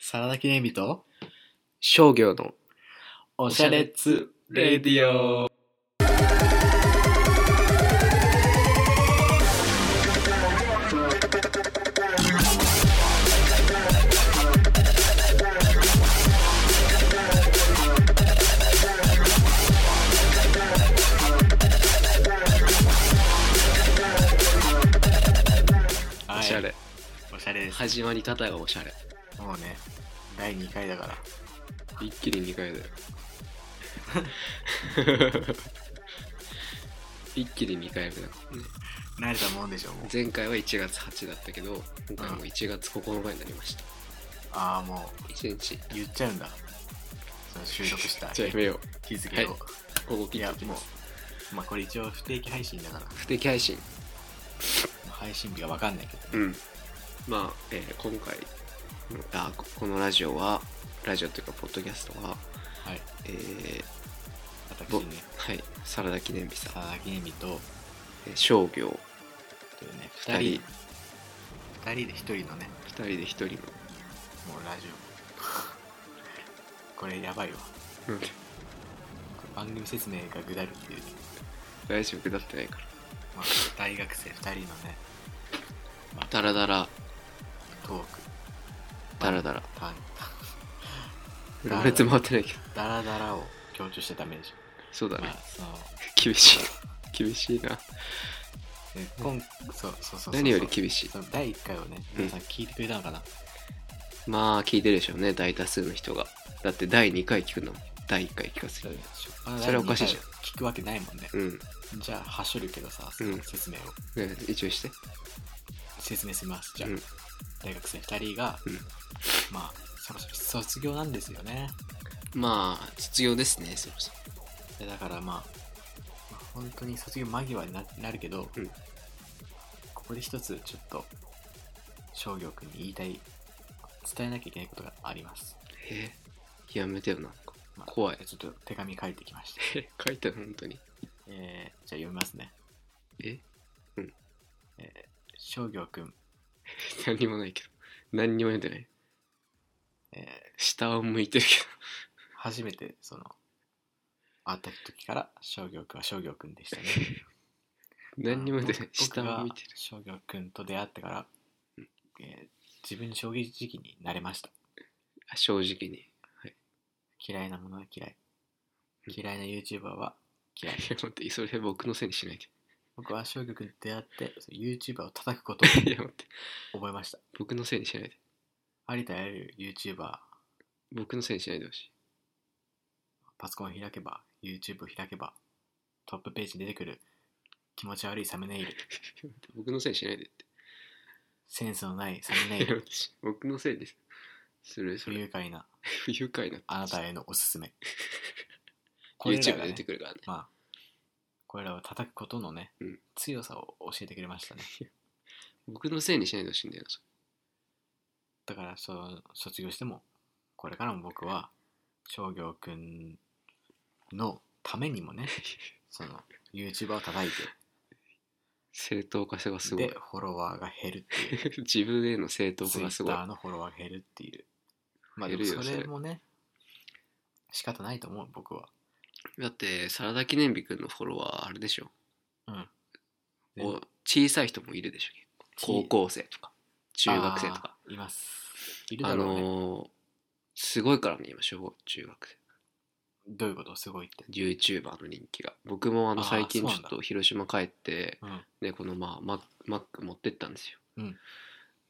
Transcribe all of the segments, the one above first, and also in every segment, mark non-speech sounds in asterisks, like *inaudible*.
サラダ記念日と商業のおしゃれっつレディオおおしゃれ、おしゃれです、始まり方がおしゃれもうね第2回だから一気に2回 *laughs* だよ一気に2回目だ慣れたもんでしょもう前回は1月8だったけど今回も1月9日になりましたああも1日う言っちゃうんだその収録したじゃあやめよ日付を、はうここい、切っやてきもまうすまあこれ一応不定期配信だから不定期配信配信日は分かんないけどうんまあ、えー今回あここのラジオはラジオというかポッドキャストははいえー私ぼねはいサラダ記念日さん佐々木恵美とえー商業というね2 2人人2人で1人のね2人で1人のもうラジオ *laughs* これやばいわうん番組説明がぐだるっていうね、大丈夫だってないからまあ、大学生2人のねダラダラトークダラダラたんダラダラ羅列回ってないけどダラダラを強調したためでしょそうだまねあその厳しい *laughs* 厳しいなで今そうそうそうそう何より厳しいその第1回をね皆さん聞いてくれたのかな、まあ聞いてるでしょうね大多数の人がだって第2回聞くんだもん第1回聞かせるそれはおかしいじゃんん聞くわけないもんね、うんじゃあはしょるけどさそうんの説明を、ね一応して説明しますじゃあ、うん大学生2人が、うんまあそろそろ卒業なんですよねまあ卒業ですねそろそろでだからまあ、まあ本当に卒業間際にななるけど、うんここで一つちょっと商業君に言いたい伝えなきゃいけないことがあります、えーやめてよなんかまあ怖いちょっと手紙書いてきました、え書いてる本当にえーじゃあ読みますね、ええー、商業君、何にもないけど何にも読んでないえー下を向いてるけ初めてその会った時から商業君は商業君でしたねど *laughs* 何にも読んでないあの僕下を向いてる僕が商業君と出会ってから、えー自分に衝撃時期になれましたあ正直に嫌いなものは嫌いうん嫌いな YouTuber は嫌い *laughs* いや待ってそれ僕のせいにしないで *laughs* 僕は翔く君と出会ってそう YouTuber を叩くことをいや待って覚えました僕のせいにしないでありとあらゆる YouTuber 僕のせいにしないでほしい *laughs* パソコンを開けば YouTube を開けばトップページに出てくる気持ち悪いサムネイル僕のせいにしないでってセンスのないサムネイい *laughs* やル私僕のせいですするそ不れ愉快な不愉快なあなたへのおすす *laughs* めこれらが YouTube でね出てくるからねまあこれらを叩くことのね、うん強さを教えてくれましたね僕のせいにしないでほしいんだよなそだからその卒業してもこれからも僕は商業くんのためにもねその YouTuber を叩いてれ正当化性がすごでいフォロワーが減るっていう *laughs* 自分への正当化がすごい Twitter のフォロワーが減るっていうまあで減もるよそそれれもね仕方ないと思う僕はだってサラダ記念日くんのフォロワーあれでしょうんお小さい人もいるでしょ高校生とか中学生とかあーいますいるあだろうね、のーすごいからね今小学中学生どういうことすごいって、 YouTuber の人気が僕もあのあー最近そうちなんょっだと広島帰ってうん、ね、このまあママック持ってったんですよ、うん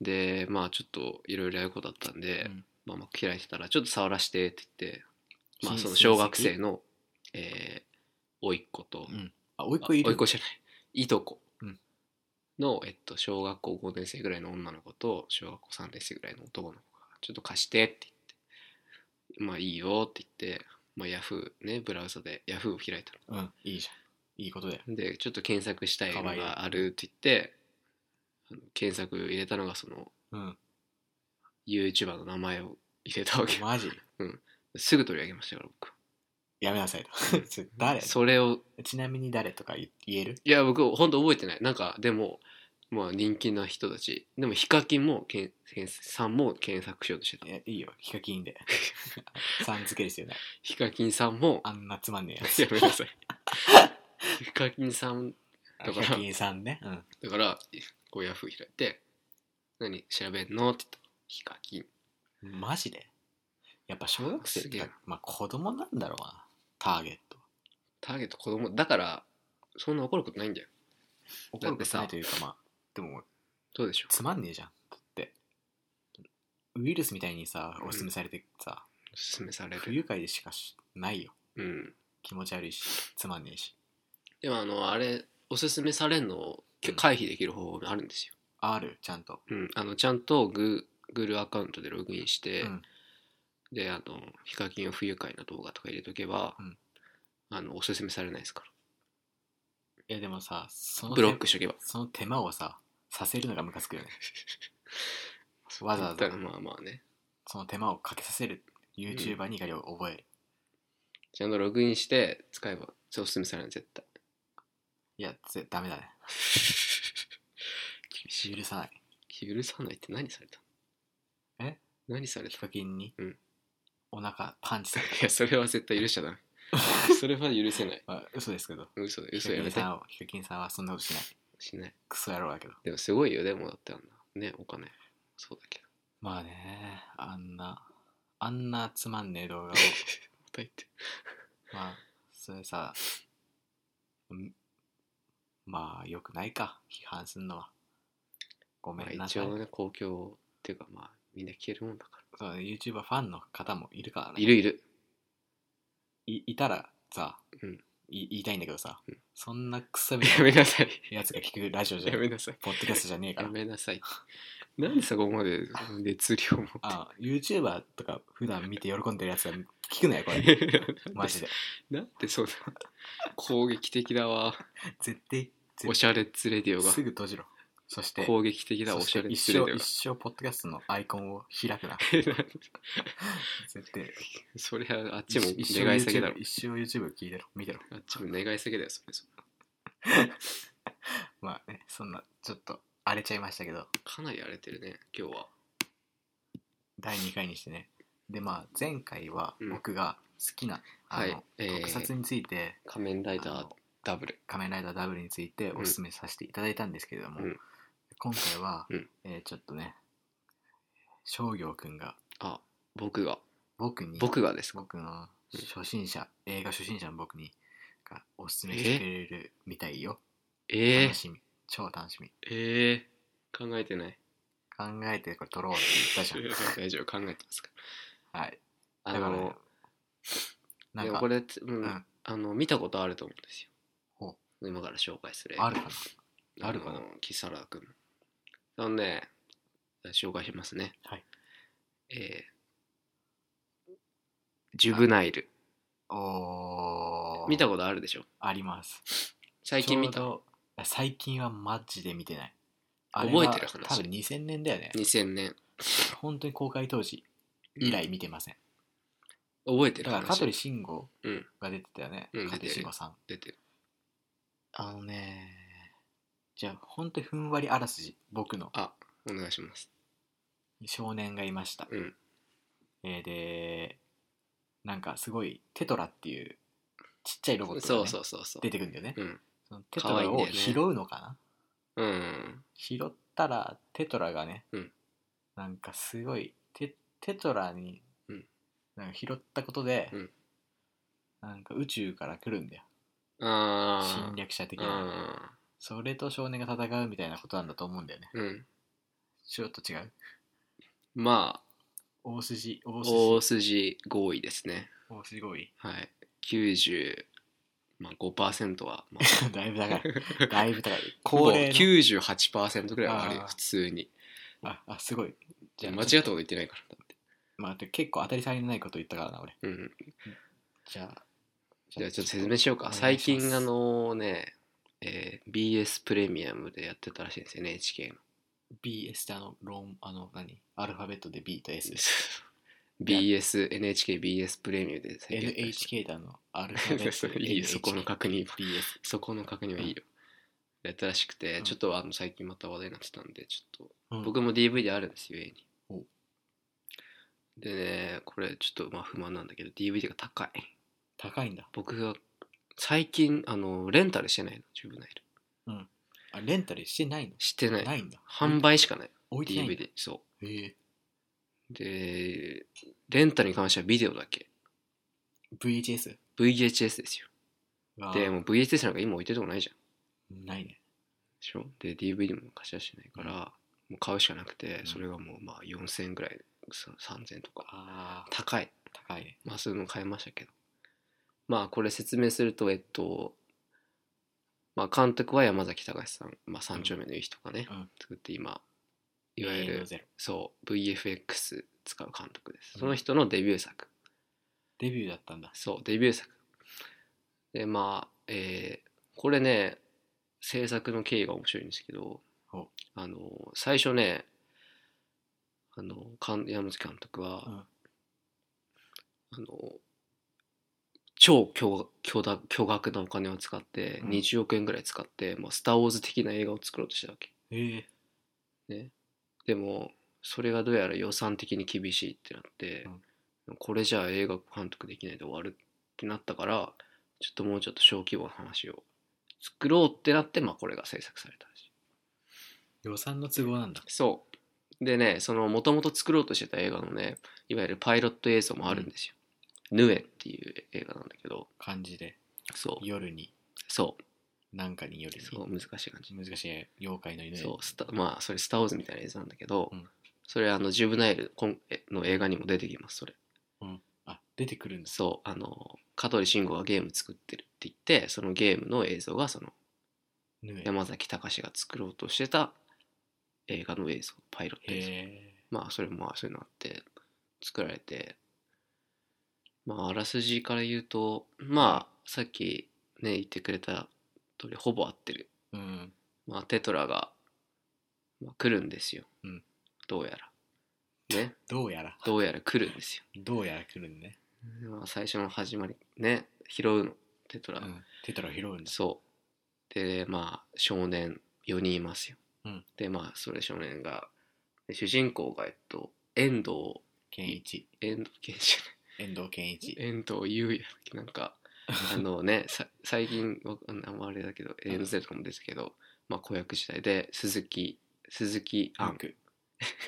でまあちょっといろいろやることだったんで、うんまあ、マック開いてたらちょっと触らしてって言って、まあ、親その戚小学生のえー、甥っ子と、うんあおいっ子いあ甥るっ子じゃないいとこうんの、えっと、小学校5年生ぐらいの女の子と小学校3年生ぐらいの男の子がちょっと貸してって言ってまあいいよって言って、まあ、ヤフーねブラウザでヤフーを開いたのうんいいじゃんいいことだよでちょっと検索したいのかわいいがあるって言ってあの検索入れたのがそのうん、 YouTuber の名前を入れたわけマジすぐ取り上げましたから僕やめなさ *laughs* いと *laughs* それ誰それをちなみに誰とか言言えるいや僕本当覚えてないなんかでもまあ人気な人たちでもヒカキンもけんけんさんも検索しようとしてたいやいいよヒカキンで *laughs* さん付けですよねヒカキンさんもあんなつまんねえやつ *laughs* やめなさいヒカキンさんあだヒからカキンさんねうんだからこうヤフー開いて「何調べんの?」って言ったらヒカキンマジでやっぱ小学生っすげてかえなまあ子供なんだろうなターゲットターゲット子供だからそんな怒ることないんだよ怒るだっことてさないというかまあでもどうでしょうつまんねえじゃんだってウイルスみたいにさおすすめされてさ、おすすめされ不る愉快でしかしないようん気持ち悪いしつまんねえしでもあのあれおすすめされるのをうん回避できる方法があるんですよ、あるちゃんとうん、あのちゃんとグ Google アカウントでログインして、うんであのヒカキンを不愉快な動画とか入れとけば、うんあのおすすめされないですかいやでもさそらのブロックしとけばその手間をささせるのがムカつくよねわざわざだからまあまあねその手間をかけさせる YouTuber に怒りを覚える、ちゃんとログインして使えばそれおすすめされない絶対いやぜダメだね *laughs* 厳しい許さない許さないって何されたのえ何されたヒカキンに、うんお腹パンチされいやそれは絶対許しちゃダメそれは許せない *laughs* た、まあ、嘘ですけど嘘だヒ嘘カやキンめてさんをヒカキンさんはそんなことしないしないクソ野郎だけどでもすごいよでもだってあんなねお金そうだけどまあねあんなあんなつまんねえ *laughs* 動画をまた言ってまあそれさんまあよくないか批判すんのはごまめんあな一さい、応ね公共っていうかまあみんな消えるもんだかそう YouTuber ファンの方もいるかららねいるいるいいたらさ、うんい言いたいんだけどさ、うんそんなクソみやためいなさいなやつが聞くラジオじゃ *laughs* やんめなさいポッドキャストじゃねえかやらめなさいなんでそこまで熱量持ってあ YouTuber とか普段見て喜んでるやつが聞くなよ *laughs* これママジでなんでそんな攻撃的だわ絶対絶対おしゃれツレディオがすぐ閉じろそして攻撃的だそおししゃてれ一ツレ生ディオ一生ポッドキャストのアイコンを開くなが絶対 *laughs* それはあっちも一生願い下げだろ YouTube 一生 YouTube 聞いてろ見てろあっちも願い下げだよそれそれまあねそんなちょっと荒れちゃいましたけどかなり荒れてるね今日は第2回にしてねでまあ前回はうん僕が好きな、はあいの、えー特撮について仮面ライあダーのダブル「仮面ライダー W」についてうんおすすめさせていただいたんですけれども、うん今回は、うんえーちょっとね商業くんがあ僕が僕に僕がですか僕のうん初心者、映画初心者の僕にがおすすめしてくれるみたいよ、え楽しみ超楽しみえええ考えてない考えてこれ撮ろうって言ったじ大丈夫考えてますかゃんはいらだあからのなんでかもこれ、うんうんあの見たことあると思うんですよほ今から紹介するあるかなああるかなの木更津君あのね紹介しますねはいえージュブナイルおー見たことあるでしょあります最近見たちょうど最近はマジで見てない覚えあれはてる話多分2000年だよね2000年本当に公開当時以来見てません、覚えてるだから香話取慎吾うんが出てたよね、うん香取出てる慎吾さん出てるあのねじゃあ本当にふんわりあらすじ僕のあお願いします少年がいました、うんえーでなんかすごいテトラっていうちっちゃいロボットが、ね、そうそうそうそう出てくるんだよね、うんそのテト可愛いラんだよをね拾うのかなうん拾ったらテトラがね、うんなんかすごいテテトラにうんなんか拾ったことで、うんなんか宇宙から来るんだよあ侵略者的あなそれと少年が戦うみたいなことなんだと思うんだよねうんちょっと違うまあ大筋大筋大筋合意ですね大筋合意 *laughs* はい95%は、 *laughs* まあ、だいぶ高いだいぶ *laughs* 高い高ほぼ齢の98%ぐらいはあるよあー普通にああすごいじゃああ間違っちょたこと言ってないからだってまあ、で結構当たり障りのないこと言ったからな俺うんじゃあじゃあちょっと説明しようおか願いします最近あのね、えー BS プレミアムでやってたらしいんですよね NHK の BS ってあのローンあの何アルファベットで B と S です *laughs* BSNHKBS プレミアムで最近やって NHK だたらしい *laughs* のアルファベットいいよそこの確認は BS そこの確認はいいよ、やったらしくて、うんちょっとあの最近また話題になってたんでちょっとうん僕も DVD あるんですよ家におでねこれちょっとまあ不満なんだけど DVD が高い高いんだ僕が最近あのレンタルしてないの自分のいるあレンタルしてないのしてないないんだ販売しかない置いてないんだ DVD そえーうでレンタルに関してはビデオだけ VHS VHS ですよがでもう VHS なんか今置いてるとこないじゃんないねでしょで DVD も貸し出してないから、うんもう買うしかなくて、うんそれがもうまあ4000円ぐらいさ3000とかあー高い高いねまあそういうの買いましたけどまあこれ説明するとえっとまあ監督は山崎隆さん、まあ、三丁目のいい人がね、うん作って今いわゆ永遠るのゼロそう VFX 使う監督です、うんその人のデビュー作デビューだったんだそうデビュー作でまあえーこれね制作の経緯が面白いんですけどほあの最初ねあのかん山崎監督は、うんあの超巨巨大巨額なお金を使って、うん20億円ぐらい使って、まあ、スター・ウォーズ的な映画を作ろうとしたわけえーでもそれがどうやら予算的に厳しいってなって、これじゃあ映画監督できないで終わるってなったからちょっともうちょっと小規模な話を作ろうってなって、まあ、これが制作されたらしい予算の都合なんだそうでねそのもともと作ろうとしてた映画のねいわゆるパイロット映像もあるんですよ「ヌエ」っていう映画なんだけど感じでそう夜にそうなんかに夜にそう難しい感じ難しい妖怪の犬そうスタまあそれ「スター・ウォーズ」みたいな映像なんだけど、うんそれあのジュブナイルこんえの映画にも出てきますそれあ出てくるんですそうあの香取慎吾がゲーム作ってるって言ってそのゲームの映像がそのぬえ山崎隆が作ろうとしてた映画の映像パイロットへ映像えまあそれもまあそういうのあって作られてまああらすじから言うとまあさっきね言ってくれた通りほぼ合ってるうんまあ、テトラが、まあ、来るんですよ、うんどうやらねどうやらどうやら来るん *laughs* ですどうやら来るんねよ、まあ、最初の始まりね拾うのテトラ、うんテトラ拾うんだそうでまあ少年4人いますよ、うんでまあそれ少年がで主人公がえっと遠藤健一遠藤健じ遠藤健ゃ一ない遠藤優也なん *laughs* かあのねさ最近わあのあんまあれだけどん ANZ とかもですけど、まあ子役時代で鈴木鈴木アアンンク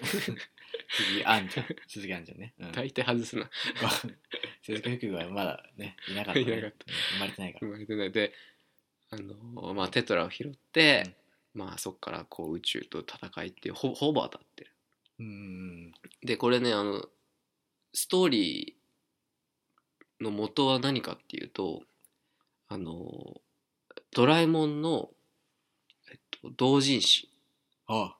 鈴木アンちゃん鈴木アンちゃんね、うん、大体外すなご *laughs* 鈴木福はまだねいなかった,、ね、いなかっ生まれてないから生まれてないであの、まあ、テトラを拾って、まあそこからこう宇宙と戦いっていうほほぼ当たってるうんうんでこれねあのストーリーの元は何かっていうとあのドラえもんの、えっと、同人誌あ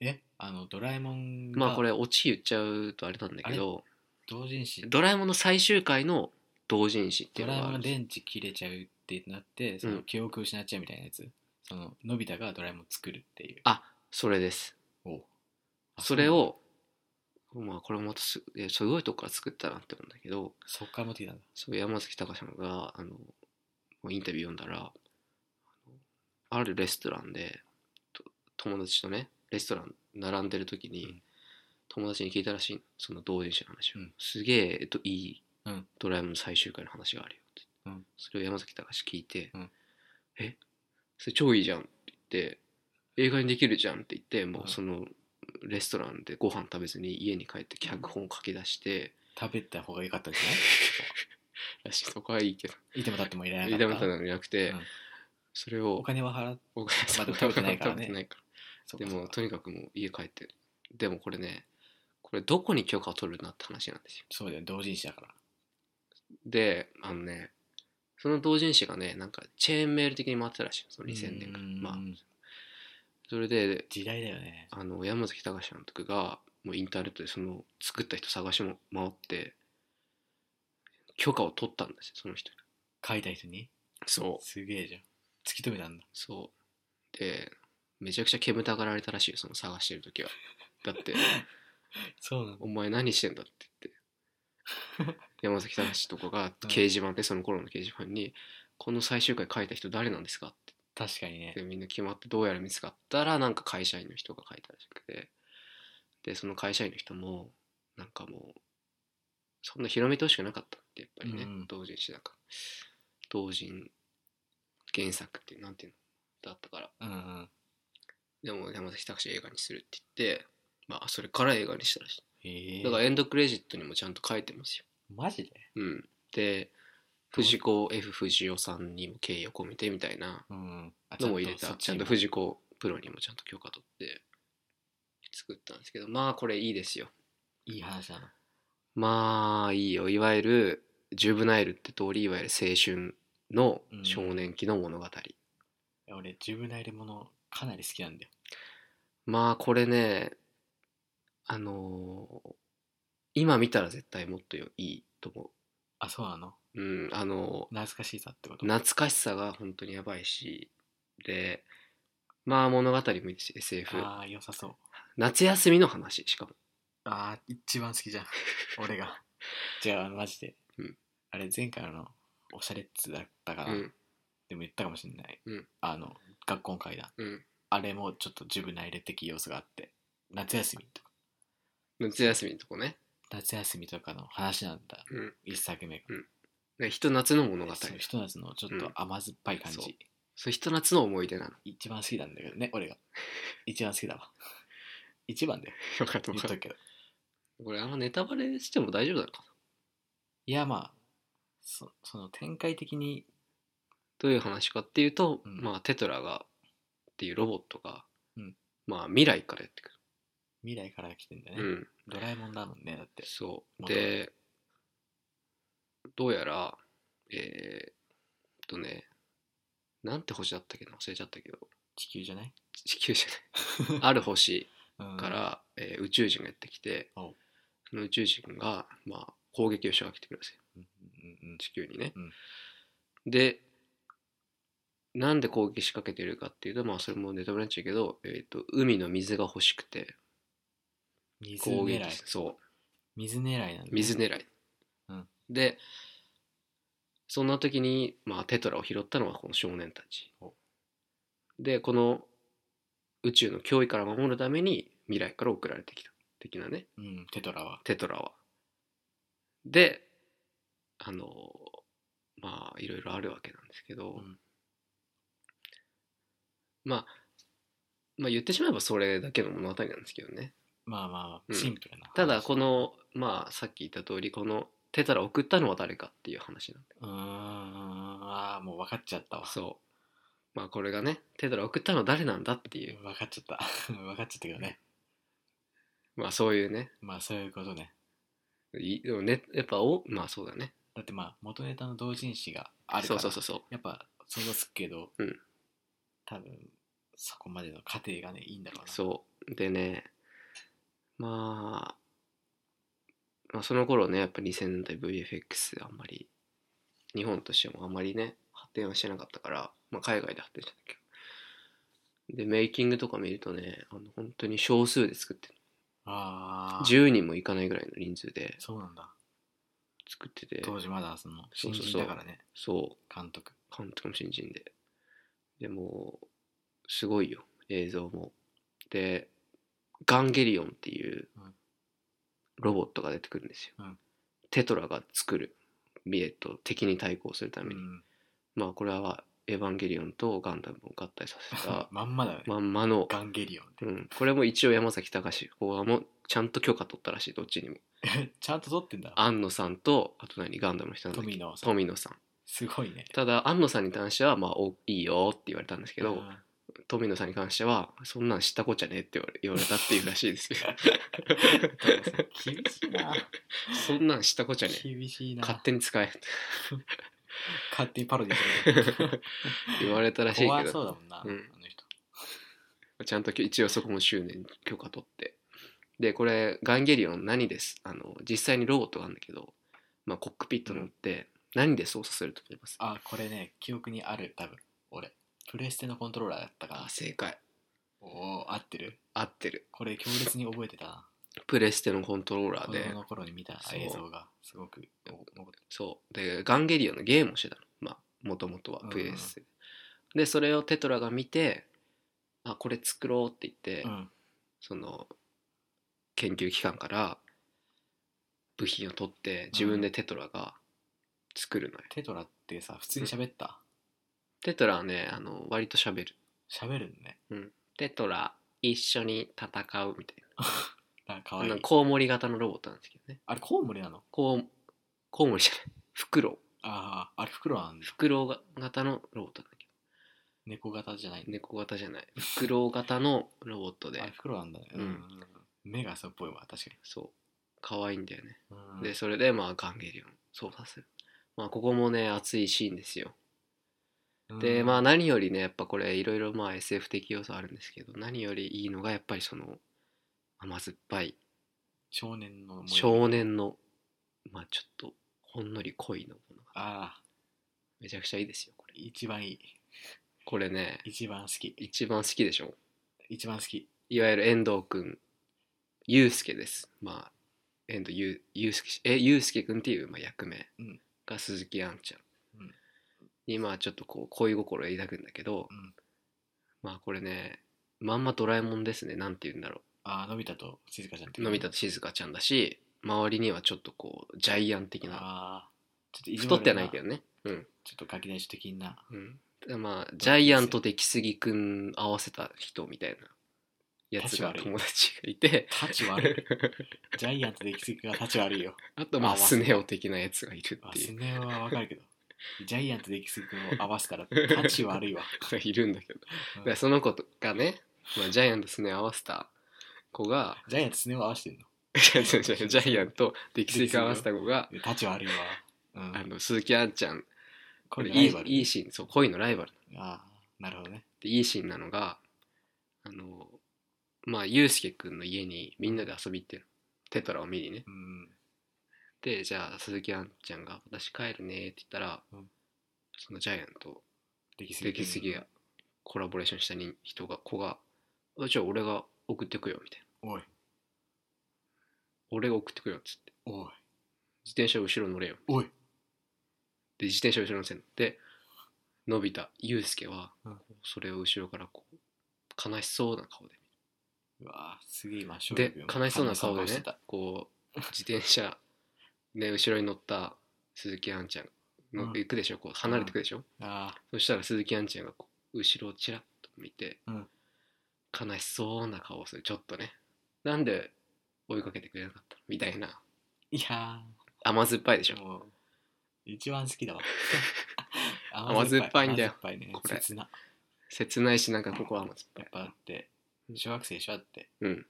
えあのドラえもんがまあこれオチ言っちゃうとあれなんだけど同人誌ドラえもんの最終回の同人誌っていドうラのえがもあんるがんで電池す切れちゃうってなってその記憶失っちゃうみたいなやつ、そののび太がドラえもん作るっていうあそれですおあそれをまあこれもまたすえすごいとこから作ったなって思うんだけどそっから持ってきたんだそう山崎隆さんがあのもうインタビュー読んだらあのあるレストランでと友達とねレストラン並んでる時に、うん友達に聞いたらしいその同人誌の話を、うんすげえ、えっと、いい、うんドラえもんの最終回の話があるよって、うんそれを山崎隆聞いて「うんえそれ超いいじゃん」って言って「映画にできるじゃん」って言ってもうんうそのレストランでご飯食べずに家に帰って脚本を書き出して、食べた方が良かったんじゃ *laughs* らしいそこはいいけどないいてもたってもいらなか炒っためたのじゃなくて、うんそれをお金は払っお金まあでも食べてないからね食べてないかそらうかでそもうかとにかくもう家帰ってでもこれねこれどこに許可を取るなって話なんですよそうだよ同人誌だからであのねその同人誌がねなんかチェーンメール的に回ってたらしいのその2000年からうんまあそれで時代だよねあの山崎隆監督がもうインターネットでその作った人探しも回って許可を取ったんですよその人に書いた人にそうすげえじゃん突き止めたんだそうでめちゃくちゃ煙たがられたらしいよその探してる時はだ *laughs* ってそうなんお前何してんだって *laughs* 言って山崎隆とかが掲示板でその頃の掲示板に「この最終回書いた人誰なんですか?」って確かにねでみんな決まってどうやら見つかったらなんか会社員の人が書いたらしくてでその会社員の人もなんかもうそんな広めてほしくなかったってやっぱりね、うん同人誌だから同人原作っていうなんていうのだったからうんうんでも山崎拓司映画にするって言ってまあそれから映画にしたらしへいえだからエンドクレジットにもちゃんと書いてますよマジでうんで藤子 F 不二雄さんにも敬意を込めてみたいなうんあのも入れたそちっゃんとも藤子プロにもちゃんと許可取って作ったんですけどまあこれいいですよいい話だなまあいいよいわゆるジュブナイルって通りいわゆる青春のうん少年期の物語、いや俺ジュブナイルものかなり好きなんだよまあこれねあのー今見たら絶対もっといいと思あそうなのううんあのー懐かしいさってこと懐かしさが本当にやばいしでまあ物語もいいし SF ああ良さそう夏休みの話しかもああ一番好きじ *laughs* ゃん俺がじゃあマジで、うんあれ前回のおしゃれっつだったから、うんでも言ったかもしれない、うんあの学校の階段うんあれもちょっとジュブナイル的要素があって夏休みとか夏休みのとこね夏休みとかの話なんだうん一作目がねひと夏の物語そうひと夏のちょっうんと甘酸っぱい感じ、そうそうひと夏の思い出なの *laughs* 一番好きなんだけどね俺が一番好きだわ *laughs* 一番だよよかった言っとくけどこれあんまネタバレしても大丈夫なのかないやまあそその展開的にどういう話かっていうと、うんまあテトラがっていうロボットが、うんまあ未来からやってく未来から来てんだね、る、うんドラえもんだもんねだってそうまたでどうやらえーっとねなんて星だったっけな忘れちゃったけど地球じゃない、地球じゃない *laughs* ある星うん、から、えー宇宙人がやってきておうその宇宙人が、まあ、攻撃を仕掛けてくるんですようんうん地球にね、うんでなんで攻撃仕掛けてるかっていうとまあそれもネタバレになっちゃうけど、えー、と海の水が欲しくて水攻撃狙いそ水狙いなんだねう水狙い、うんでそんな時に、まあ、テトラを拾ったのはこの少年たちおでこの宇宙の脅威から守るために未来から送られてきた的なねうんテトラはテトラは。で、あの、まあ、いろいろあるわけなんですけど、うんまあ、まあ言ってしまえばそれだけの物語なんですけどね。まあまあまうあんシンプルな、ただ、この、まあ、さっき言った通り、このテトラを送ったのは誰かっていう話なんで。うーんああもう分かっちゃったわそう。まあ、これがね、テトラを送ったのは誰なんだっていう、分かっちゃった *laughs* 分かっちゃったけどねまあ、そういうね、まあそういうことねいでもね、やっぱお、まあそうだね。だってまあ元ネタの同人誌があるかそうらそうそうそう。やっぱ想像するけど、うん多分そこまでの過程がねいいんだろうなそうでねまあ、まあその頃ねやっぱ2000年代 VFX あんまり日本としてもあんまりね発展はしてなかったから、まあ、海外で発展したんだけどでメイキングとか見るとねあの本当に少数で作ってるああ10人もいかないぐらいの人数でそうなんだ作ってて当時まだそのそ新うそうそう人だからねそう監督監督も新人で。でもう、すごいよ、映像も。で、ガンゲリオンっていううんロボットが出てくるんですよ。うんテトラが作る、ミエット、敵に対抗するために。うんまあ、これは、エヴァンゲリオンとガンダムを合体させた *laughs* まんまだよね、まんまの、ガンゲリオンってうん、これも一応山崎隆ここはもうちゃんと許可取ったらしい、どっちにも。ちゃんと撮ってんだ安野さんと、あと何、ガンダムの人なんだっけ富野さん富野さん。すごいねただ、安野さんに関しては、まあ、おいいよって言われたんですけど、うん *laughs* 富野さんに関しては「そんなん知ったこっちゃねえ」って言われ言われたっていうらしいですけど厳しいなそんなん知ったこっちゃねえ厳しいな勝手に使え勝手にパロディする言われ *laughs* たらしい怖けそうどだもんな、うんあの人ちゃんと一応そこも執念許可取ってでこれ「ガンゲリオン何です」あの実際にロボットがあるんだけど、まあ、コックピット乗って何で操作すると思います、あこれね記憶にある多分俺プレステのコントローラーだったからあ正解おお合ってる合ってるこれ強烈に覚えてたなプレステのコントローラー子で供の頃に見た映像がすごくお残ってそうでガンゲリオンのゲームをしてたのまあもともとはうんプレステ、でそれをテトラが見てあこれ作ろうって言って、うんその研究機関から部品を取って自分でテトラが作るのよ、テトラってさ普通に喋ったテトラはねあの割と喋る喋るんねテトラ一緒に戦うみたいなんかかな,、わいなんいかコウモリ型のロボットなんですけどねあれコウモリなのコウコウモリじゃない *laughs* フクロウあああれフクロウなんだフクロウ型のロボットなんだけ猫型じゃないど猫型じゃないフクロウ型のロボットであれフクロウなんだね、うん目がそうっぽいわ確かそう可愛いんだよね、に、でそれでまあガンゲリオン操作するまあここもね熱いシーンですよでまあ何よりねやっぱこれいろいろまあ SF 的要素あるんですけど何よりいいのがやっぱりその甘酸っぱい少年の模様少年のまあちょっとほんのり濃いのものがああめちゃくちゃいいですよこれ一番いいこれね一番好き一番好きでしょ一番好きいわゆる遠藤くんゆうすけですまあ遠藤ゆうゆうすけしえゆうすけくんっていうまあ役名うんが鈴木杏ちゃんうんにまあちょっとこう恋心を抱くんだけど、うんまあこれねまんまドラえもんですねなんて言うんだろうああのび太と静香ちゃんってのび太と静香ちゃんだし周りにはちょっとこうジャイアン的なああちょっと意地太悪ってはないけどねうん、ちょっとガキ大将的なうんで、まあジャイアンと出来すぎくん合わせた人みたいなやつが立ち悪い友達がいて立ち *laughs* 悪いジャイアントで行き過ぎが立ち悪いよあとま合あわせスネ夫的なやつがいるまっあていスうネ夫はわかるけどジャイアントで行き過ぎ君を合わせたら立ち悪いわがいるんだけど、うんだからその子がね、まあ、ジャイアンとスネ夫合わせた *laughs* 子がジャイアントスネ夫合わせてんのいや違う違うジャイアンと出来すぎくん合わせた子が立ち悪いわうんあの鈴木あんちゃんこれいいライバルいいシーンそう恋のライバルああなるほどねでいいシーンなのがあのまあユうスケくんの家にみんなで遊び行ってるテトラを見にねうんでじゃあ鈴木あんちゃんが「私帰るね」って言ったら、うんそのジャイアンとできす出ぎ来すぎがコラボレーションしたに人が子が「あじゃあ俺が送ってくよ」みたいなおい「俺が送ってくよ」っつっておい「自転車後ろ乗れよ」おいで自転車後ろ乗せんのでのび太ユうスケは、うんそれを後ろからこう悲しそうな顔でうわあすげえ今勝で負悲しそうな顔でしてねたこう自転車ね後ろに乗った鈴木杏ちゃんの、うん行くでしょこう離れていくでしょ、ああそしたら鈴木杏ちゃんがこう後ろをちらっと見て、うん悲しそうな顔をするちょっとねなんで追いかけてくれなかったのみたいないや甘酸っぱいでしょーもう一番好きだ *laughs* わ甘酸っぱいんだよ甘酸っぱいねこれ切な切ないしなんかここは甘酸っぱやっいぱだって小学生でしょだってうん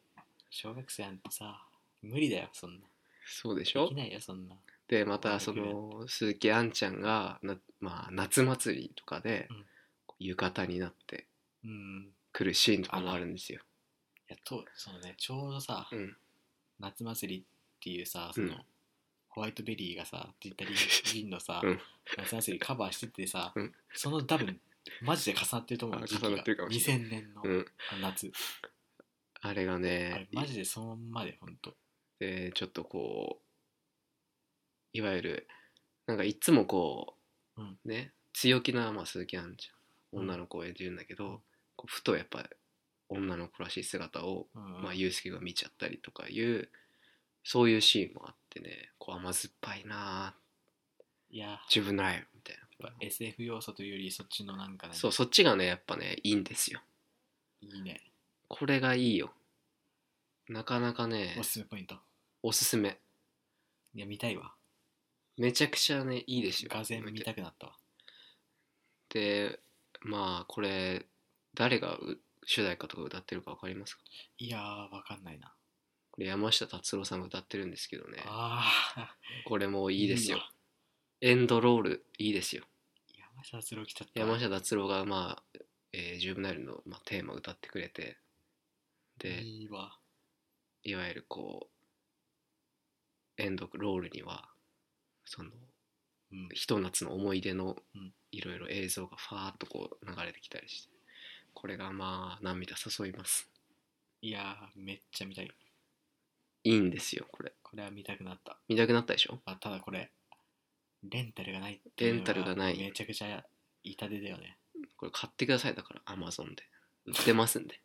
小学生なんてさ無理だよそんなそうでしでょきないよそんなでまたその鈴木杏ちゃんがな、まあ、夏祭りとかでうんこう浴衣になってうんくるシーンとかもあるんですよ、いやとそのねちょうどさ、うん夏祭りっていうさその、うんホワイトベリーがさジッ *laughs* タリンのさ、うん夏祭りカバーしててさ、うんその多分マジで重なってると思あう時期重ながってるかもしれ2000年のうん、あの夏、あれがあれねマジでそのまんまでほんとでちょっとこういわゆるなんかいつもこう、うんね強気な、まあ、鈴木杏ちゃんうん女の子を演じるんだけど、こうふとやっぱ女の子らしい姿を、うんまあ、祐介が見ちゃったりとかいうそういうシーンもあってねこう甘酸っぱいなあいややっ自分のライブみたいなぱ SF 要素というよりそっちのなんかねそうそっちがねやっぱねいいんですよいいねこれがいいよなかなかねおすすめポイントおすすめいや見たいわめちゃくちゃねいいですよがぜん見たくなったわでまあこれ誰がう主題歌とか歌ってるか分かりますかいやーわかんないなこれ山下達郎さんが歌ってるんですけどねああこれもいいですよいいわエンドロールいいですよ山下達郎来ちゃった山下達郎がまあ、えージュブナイルの、まあ、テーマ歌ってくれてでいいわいわゆるこうエンドロールにはそのうんひと夏の思い出のうんいろいろ映像がファーっとこう流れてきたりしてこれがまあ涙誘いますいやーめっちゃ見たいいいんですよこれこれは見たくなった、見たくなったでしょまあ、ただこれレンタルがないっていうのレンタルがないめちゃくちゃ痛手だよねこれ買ってくださいだからアマゾンで売ってますんで、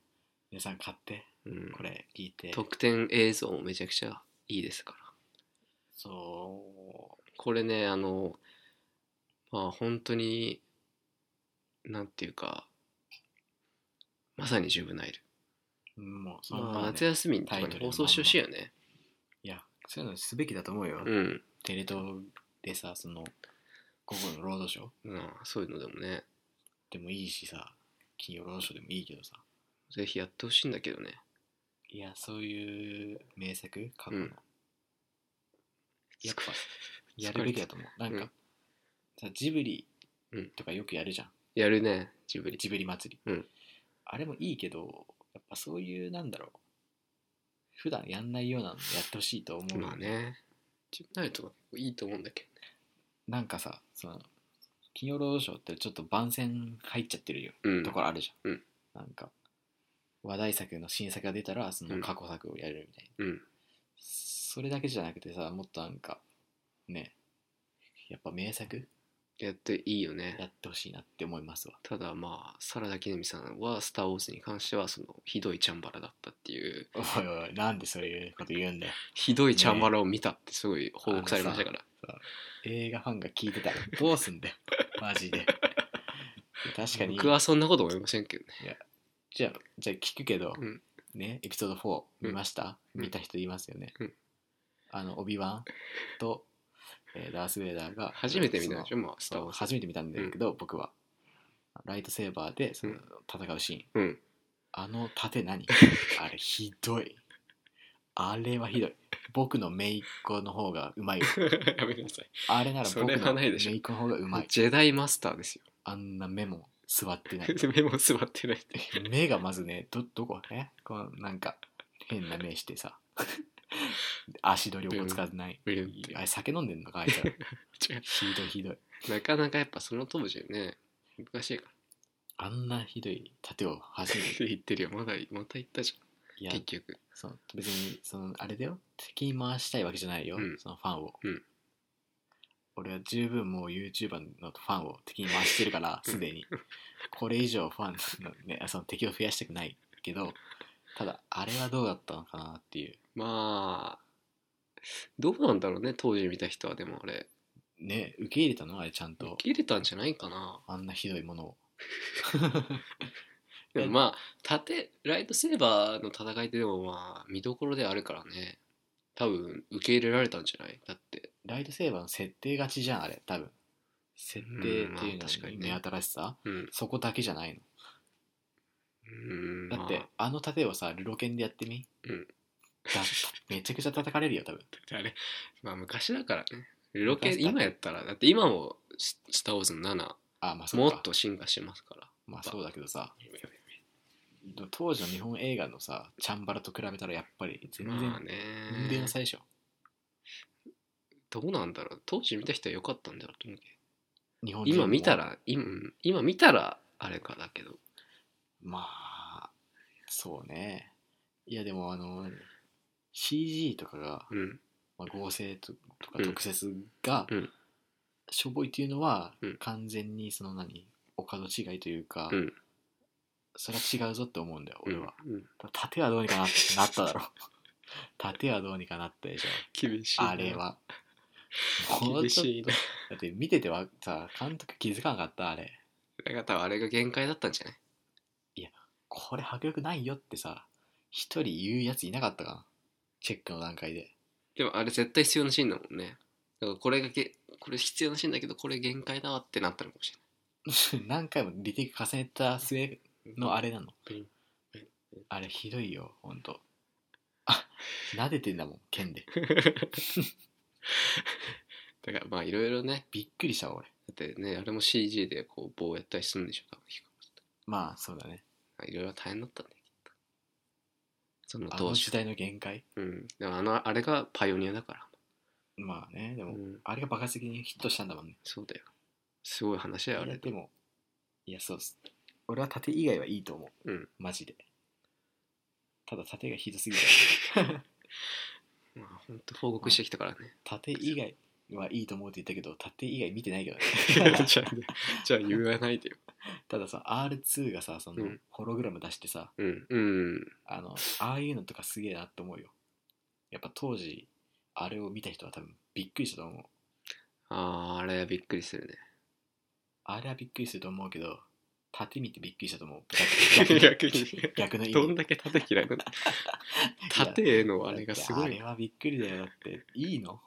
皆さん買ってうん、これ聞いて特典映像もめちゃくちゃいいですからそこれねあのまあ本当になんていうかまさに十分ナイル、うもうそのまままあ、ね、夏休みとかタイトにルのまん放ま送してほしいよねいやそういうのすべきだと思うよ、うん、テレ東でさその午後のロードショーまあ、そういうのでもねでもいいしさ金曜ロードショーでもいいけどさぜひやってほしいんだけどねいやそういう名作過去の、うんやっぱやるべきだと思うなんか、さジブリとかよくやるじゃん、やるねジブリジブリ祭り、うんあれもいいけどやっぱそういうなんだろう普段やんないようなのやってほしいと思う、まあね十分ナイルとかいいと思うんだけなんかさその金曜ロードショーってちょっと番宣入っちゃってるよどねうんところあるじゃん、うんなんか話題作の新作が出たらその過去作をやるみたいな、うんそれだけじゃなくてさもっとなんかねやっぱ名作やっていいよねやってほしいなって思いますわただまあサラダ記念日さんは「スター・ウォーズ」に関してはそのひどいチャンバラだったっていうおいおいなんでそういうこと言うんだよひどいチャンバラを見たってすごい報告されましたから、映画ファンが聞いてたらどうすんだよ *laughs* マジで確かに僕はそんなこと思いませんけどねじゃあじゃあ聞くけど、うんねエピソード4見ました、うん見た人いますよね、うんあのオビワンと、えーダース・ベイダーが初めて見そたんのでしょまあスター・ウォーズ初めて見たんだけど、僕はライトセーバーでそのうん戦うシーン、うんあの盾 *laughs* 何あれひどいあれはひどい僕の姪っ子の方がうまい *laughs* わやめなさいあれなら僕それはのない姪でしょっ子の方がうまいジェダイマスターですよあんな目も座って *laughs* ない目も座ってないって目がまずねどどこえこのなんか変な目してさ *laughs* 足取りをこつかないブルンってあれ酒飲んでんのかあいつ *laughs* ら違うひどいひどいなかなかやっぱその当時ね難しいからあんなひどい盾を走っるて言ってるよまだまた言ったじいやゃん結局そう別にそのあれだよ敵に回したいわけじゃないよ、うんそのファンを、うん俺は十分もう YouTuber のファンを敵に回してるからうんすでにこれ以上ファンの,、ね、その敵を増やしたくないけどただあれはどうだったのかなっていうまあどうなんだろうね当時見た人はでもあれね受け入れたのあれちゃん受とけ入れたんじゃないかなあんなひどいものをでもまあ盾ライトセーバーの戦いってでもまあ見どころではあるからね多分受け入れられたんじゃないだってライトセーバーの設定勝ちじゃんあれ多分設定っていうのうんまあ確かにに目ね新しさ、うんそこだけじゃないのうんだってま、あの盾をさ、ルロケンでやってみ。うんだめちゃくちゃ叩かれるよ、多分。あ、あれまあ昔だからねロケ昔だ今やったらだって今もス「スター・ウォーズ」の7あ、まあそもうかっ。と進化してますからまあそうだけどさ、当時の日本映画のさ、チャンバラと比べたらやっぱり全まあ然、運命ねの最初。どうなんだろう当時見た人は良かったんだろうと思うけ日本ど今見たら。ら今今見たらあれかだけどまあ、そうね。いやでもあの、CG とかが、うんまあ、合成ととかうん特設がうん、しょぼいっていうのはうん、完全にその何、お門違いというかう、んそれは違うぞって思うんだよ、俺は。うん盾はどうにかなってなっただろ盾はどうにかなった *laughs* でしょ厳しいなあれはもう厳ちょっしいなとだって見ててはさ監督気づかなかったあれだから多分あれが限界だったんじゃないこれ迫力ないよってさ一人言うやついなかったかなチェックの段階で *laughs* でもあれ絶対必要なシーンだもんねだからこれがけこれ必要なシーンだけどこれ限界だわってなったのかもし何回もリテイク重ねた末れないのあれなのうんあれひどいよほんとあ撫でてんだもん剣でだからまあいろいろねびっくりしたわ俺だってねあれも CG でこう棒やったりするんでしょ多分まあそうだねいろいろ大変だったんだよきっとそのあ当の時時代の限界うんでもあのあれがパイオニアだかまあねでら、も、うん、あれが爆発的にヒットしたんだもんねそうだよすごい話だよあいやれでもいやそうっす俺は盾以外はいいと思う、うんマジでただ盾 *laughs* がひどすぎたまあ本当報告してきたからね盾以外はいいと思うって言ったけど縦以外見てないけどね *laughs* じゃあじゃあ言わないでよたださ R2 がさそのうんホログラム出してさ、うんうんあのああいうのとかすげえなって思うよやっぱ当時あれを見た人は多分びっくりしたと思うあああれはびっくりするねあれはびっくりすると思うけど縦見てびっくりしたと思う *laughs* 逆に逆の意ど味んだけ縦嫌いなの *laughs* 縦へのあれがすごだってあいれはびっくりだよだっていいの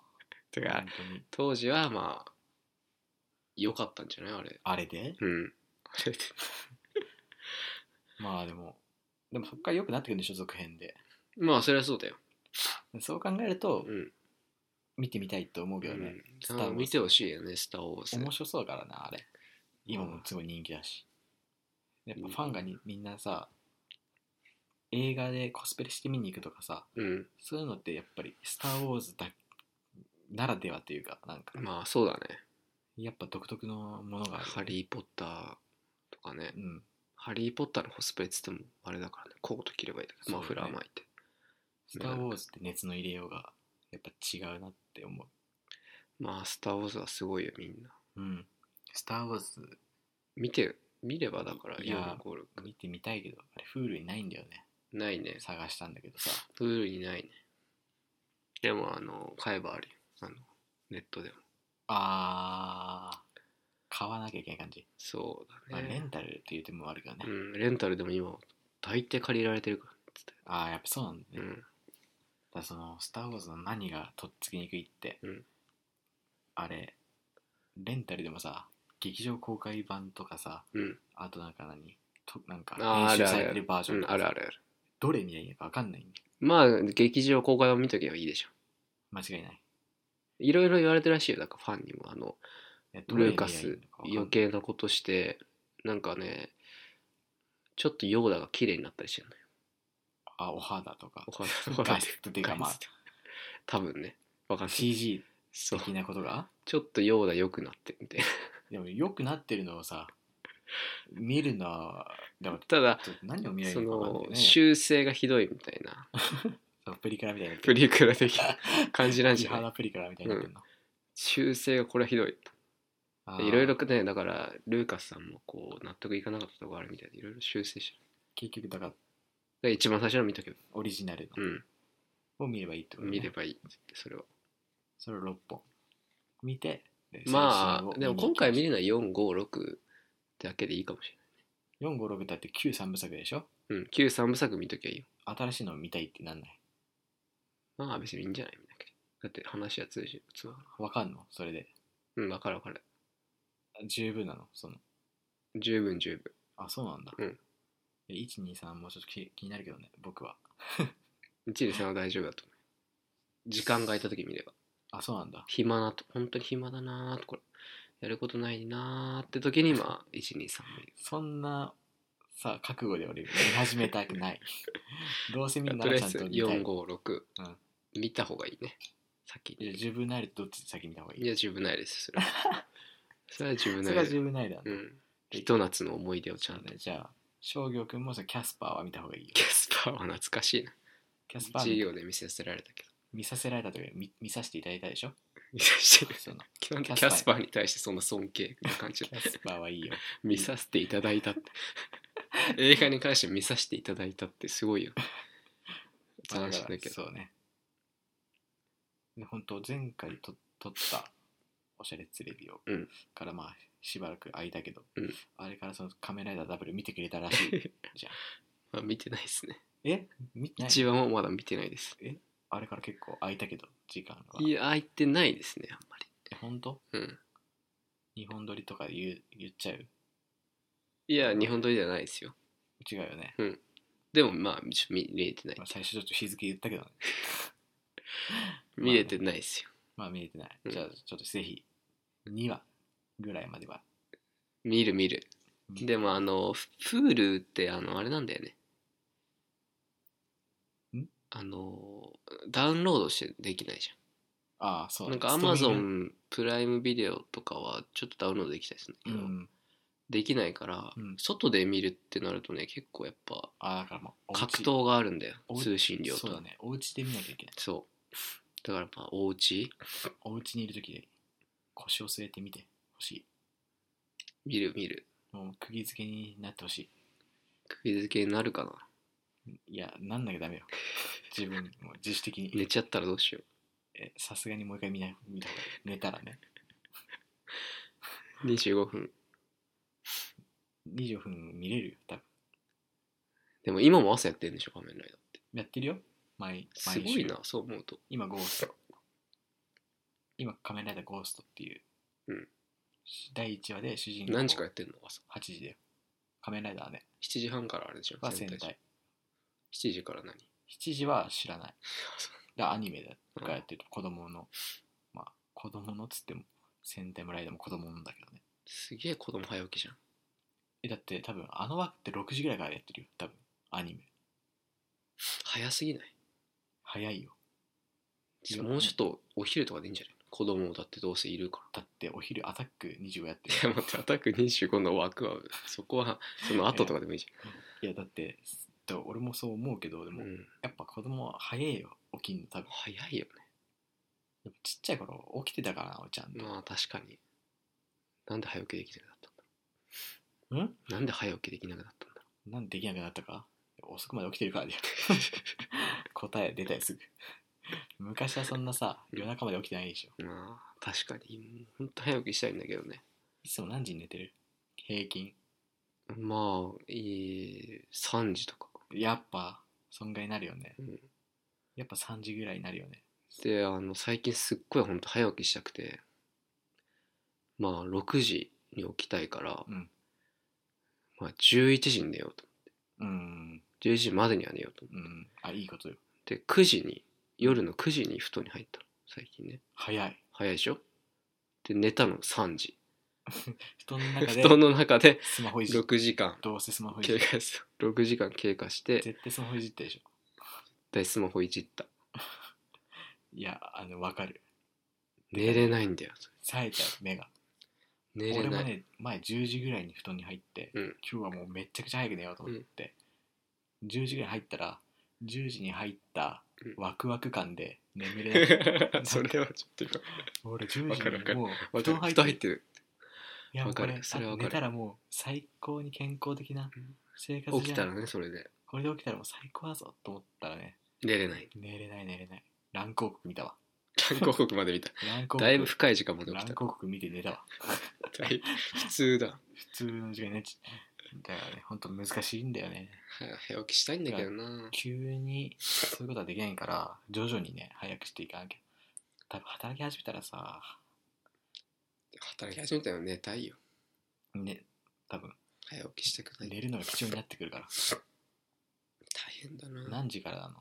て本か当に当時はまあ良かったんじゃないあれあれでうんあれでまあでもでもそっから良くなってくるんでしょ続編で *laughs* まあそりゃそうだよそう考えるとうん見てみたいと思うけどね、スターウォーズうん見てほしいよねスター・ウォーズ面白そうだからなあれ今もすごい人気だしやっぱファンがにみんなさ映画でコスプレして見に行くとかさうんそういうのってやっぱり「スター・ウォーズだ」ならではというかなんかまあそうだねやっぱ独特のものがあるハリー・ポッターとかねうんハリー・ポッターのコスプレっつってもあれだからねコート着ればいいだからマフラー巻いて「スター・ウォーズ」って熱の入れようがやっぱ違うなって思うまあスター・ウォーズはすごいよみんなうん「スター・ウォーズ見て見ればだからいや4 5」見てみたいけどあれフールにないんだよね6ないね探したんだけどさプールにないねでもあの買えばあるよあのネットでもあー買わなきゃいけない感じ、そうまだあ、レねンタルっていう手もあるけどね、うんレンタルでも今大抵借りられてるからつってああやっぱそうなんだね、うだかんらその「スター・ウォーズ」の何がとっつきにくいって、うんあれレンタルでもさ劇場公開版とかさうんあとなんか何となんかあ編ー集あるあさるれてるバージうョンんとあかるさあるあるどれ見りゃいいのか分かんないんだよまあ劇場公開を見とけばいいでしょ間違いないいろいろ言われてるらしいよだからファンにもあのいやどれル見りーゃカいいのかス分かんない余計なことしてなんかねちょっとヨーダが綺麗になったりしてるのよあお肌とかお肌 *laughs* お肌画質っていうかまあ多分ねわかんない CG そう的なことがちょっとヨーダ良くなってるみたいなでも良くなってるのをさ見るのはでもただちょっと何を見られそるのか分かんのないよね修正がひどいみたい *laughs* なそのプリクラみたいになプリクラ的な感じなんじ地ゃない肌プリクラみたいになってるの、修正がこれはひどいあーいろいろねだからルーカスさんもこう納得いかなかったところあるみたいでいろいろ修正してる結局だからで一番最初の見とけばオリジナルうんのを見ればいいってこと、ね見ればいいって言ってそれはそれを6本見てで最ま新あをでもに今回見るのは456だけでいいかもし456だって旧三部作でしょれないうん旧3部作見ときゃいいよ新しいの見たいってなんないまあ別にいいんじゃないみたいなだって話は通じるつながるわかんのそれでうん分かる分かる十分なのその十分十分あそうなんだ、うんで123もうちょっと気気になるけどね僕は一理さんは大丈夫だと思う時間が空いた時見ればあそうなんだ暇なと本当に暇だなーとこれやることないなーって時に *laughs* まあ123そんなさ覚悟で俺見始めたくない *laughs* どうせ見無るなら理とりあえちゃんずと見たい456、うん見た方がいいね先いにや十分ないとどっち先見た方がいいいや十分ないで *laughs* すそれはそれは十分そないれがです十分ないだ、うねんひと夏の思い出をちゃんとじゃあ商業君もそのキャスパーは見た方がいいよキャスパーは懐かしいなキャスパ授ー業で見せられたけど見させられたというか見見させていただいたでし *laughs* ょ見させてその基本的にキキャャススパパーに対してそんな尊敬な感じキャスパーはいいよ見させていただいたって映画に関して見させていただいたって *laughs* すごいよまあ斬だ新かだらけどそうねで本当前回と撮ったおしゃれつレビュうーんからまあしばらく空いたけど、うんあれからその「仮面ライダー W」見てくれたらし *laughs* いじゃあまあ見てないですねえ見てない一話もまだ見てないですあれから結構空いたけど時間がいや空いてないですねあんまえ本当りうん日本撮りとか言う言っちゃういや日本撮りではないですよ違うよね、でもまあちょっと見見れてないまあ、最初ちょっと日付言ったけどね見れてないですよまあ見れてない。うんじゃあちょっとぜひ2話ぐらいまでは。見る見る見るでもあのフプールってあのあれなんだよねんあのダウンロードしてできないじゃんああ、そうなだんねかアストリマゾーミングンプライムビデオとかはちょっとダウンロードできたりするんだけど、うん。できないから、うん外で見るってなるとね結構やっぱああ、だからもうお家、格闘があるんだよおうち通信料とそうだね。お家で見なきゃいけない。そうだからまあお家お家にいる時で腰を据えてみてほしい見る見るもう釘付けになってほし釘付けになるかないいやなんなきゃダメよ自分もう自主的に寝ちゃったらどうしよえさすがにもう一回見ない見た方がいい寝たらねう25分20分見れるよ多分でも今も朝やってるんでしょ仮面ライダーってやってるよ毎毎すごいなそう思うと今ゴースト今仮面ライダーゴーストっていう、うん第1話で主人公何時からやってんの朝8時だよ仮面ライダーね7時半からあれでしょは戦戦隊隊7時から何7時は知らないそだアニメだからやってる子供のまあ子供のっつっても戦隊もライダーも子供なんだけどねすげえ子供早起きじゃんえだって多分あの枠って6時ぐらいからやってるよ多分アニメ早すぎない早いよちょっともうちょっとお昼とかでいいんじゃない子供だってどうせいるかだってお昼アタック25やってらるい *laughs* や待ってアタック25の枠はそこはその後とかでもいいじいやだってだから俺もそう思うけどでゃん、も、うん、やっぱ子供は早いよ起きんの多分早いよでもちっちゃい頃起きてたからなおちゃんとねまあ確かになんで早起きできなくなったんだんろうなんで早起きできなくなったんだろなんでできなくなったか遅くまで起きてるからだよ *laughs* 答え出たよすぐ昔はそんなさ夜中まで起きてないでしょうまあ確かにほんと早起きしたいんだけどねいつも何時に寝てる平均まあいい3時とかやっぱそんぐらいになるよね、うんやっぱ3時ぐらいになるよねであの最近すっごい本当早起きしたくてまあ6時に起きたいから、うんまあ、11時に寝ようとうん11時までには寝ようと思うんあいいことよってで9時に夜の9時に布団に入ったの最近ね早い早いでしょで寝たの3時布団の中布で団の中でスマホいじっ6時間どうせスマホいじ経っ過 *laughs* する6時間経過して絶対スマホいじってるでしょでスマホいじったいやあのわかる寝れないんだよそ冴えちゃう目がれ寝俺れもない、ね前10時ぐらいに布団に入って、うん今日はもうめっちゃくちゃ早く寝ようと思って、10時ぐらいに入ったら10時に入ったうんワクワク感で眠 *laughs* れない、それはちょっと俺10わかる時わかにるもう布今団入って布団る入ってるいやもうこわかれるそれはわかる寝たらもう最高に健康的なうん生活じゃん起きたらねそれでこれで起きたらもう最高だぞと思ったらね寝 *laughs* れない寝れない寝れない乱広告見たわ韓国国まで見た乱広告だいぶ深い時間まで乱起きた広告見て寝たわだい普通だ普通の時間になっちゃうだからねほんと難しいんだよね早早起きしたいんだけどな急にそういうことはできないから徐々にね早くしていかなきゃ多分働き始めたらさ働き始めたら寝たいよね多分早起きしたくない大寝るのが貴重になってくるから変だな何時からなの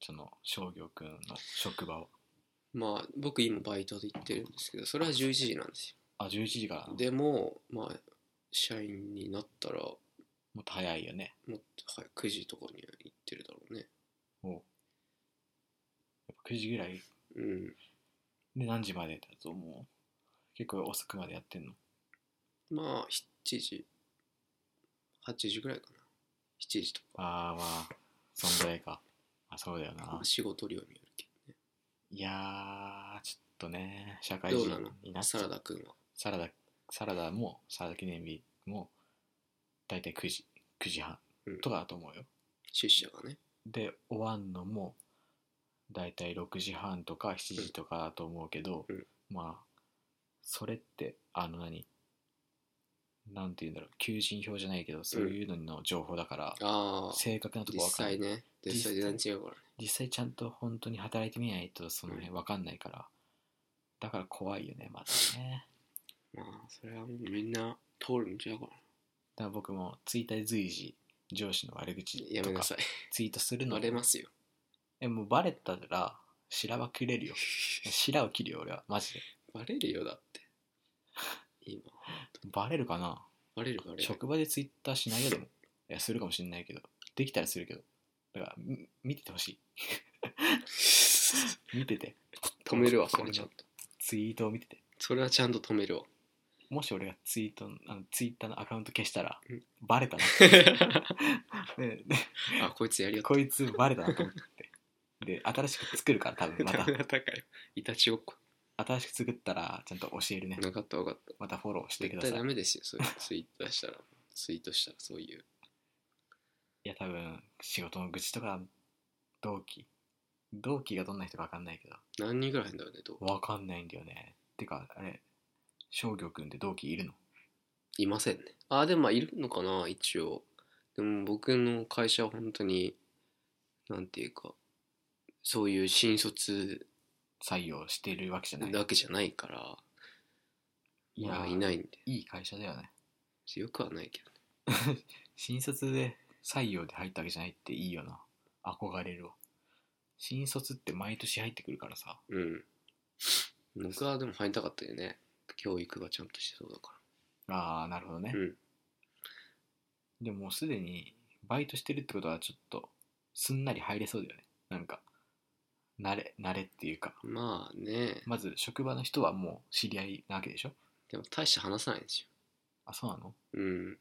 その商業くんの職場をまあ僕今バイトで行ってるんですけどそれは11時なんですあ11時からなよのでもまあ社員になったらももっと早いよねっと早く9時とかには行ってるだろうねもうやっぱ9時ぐらいうんで何時までだと思う結構遅くまでやってんのまあ7時8時ぐらいかな7時とかああまあそんぐらいかあそうだよな仕事量によるけいやーちょっとね社会どね人どうなのになっちサゃラうダくんはサラダ、サラダも、サラダ記念日も、だいたい9時、9時半うんとかだと思うよ。出社がねで、終わんのも、だいたい6時半とか7時とかだと思うけど、うんまあ、それって、あの何、なんて言うんだろう、求人票じゃないけど、そういうのの情報だから、ああ正確なとこ実わかんない際。ね実際全然違うからね実際ちゃんと本当に働いてみないと、その辺わかんないから、だから怖いよね、まずね。まあそれはもうみんな通る道だかだらから僕もツイッターで随時上司の悪口やとめなかさいツイートするのバレま *laughs* すよえもうバレたら白は切れるよ白を切るよ俺はマジでバレるよだって今バレるかなバレるバレる職場でツイッターしないよでもいやするかもしれないけどできたらするけどだからみ見ててほしい見てて止めるわそれちゃんとツイートを見ててそれはちゃんと *laughs* 止めるわもし俺がツイートのあのツイッターのアカウント消したらうんバ *laughs* レたな、ねねあこいつやりよっこいつバレたなと思ってで新しく作るから多分ままたた *laughs* 高いいたちごっこ新しく作ったらちゃんと教えるねなかったわかったまたフォローしてくだ絶さ対いダメですよそういうツイートしたらツイートしたらそういういや多分仕事の愚痴とか同期同期がどんな人か分かんないけど何人ぐらいいんだろうねどう分かんないんだよねてかあれ商業くんって同期いるのいませんねああでもまあいるのかな一応でも僕の会社は本当になんていうかそういう新卒採用してるわけじゃないだけじゃないからいまやあいないんでいい会社だよねよくはないけど新卒で採用で入ったわけじゃないっていいよな憧れるわ新卒って毎年入ってくるからさうん僕はでも入りたかったよね教育がちゃんとしてそうだかああなるほどねら、うんでももうすでにバイトしてるってことはちょっとすんなり入れそうだよねなんか慣れ慣れっていうかまあねまず職場の人はもう知り合いなわけでしょでも大して話さないんですよあそうなのうん。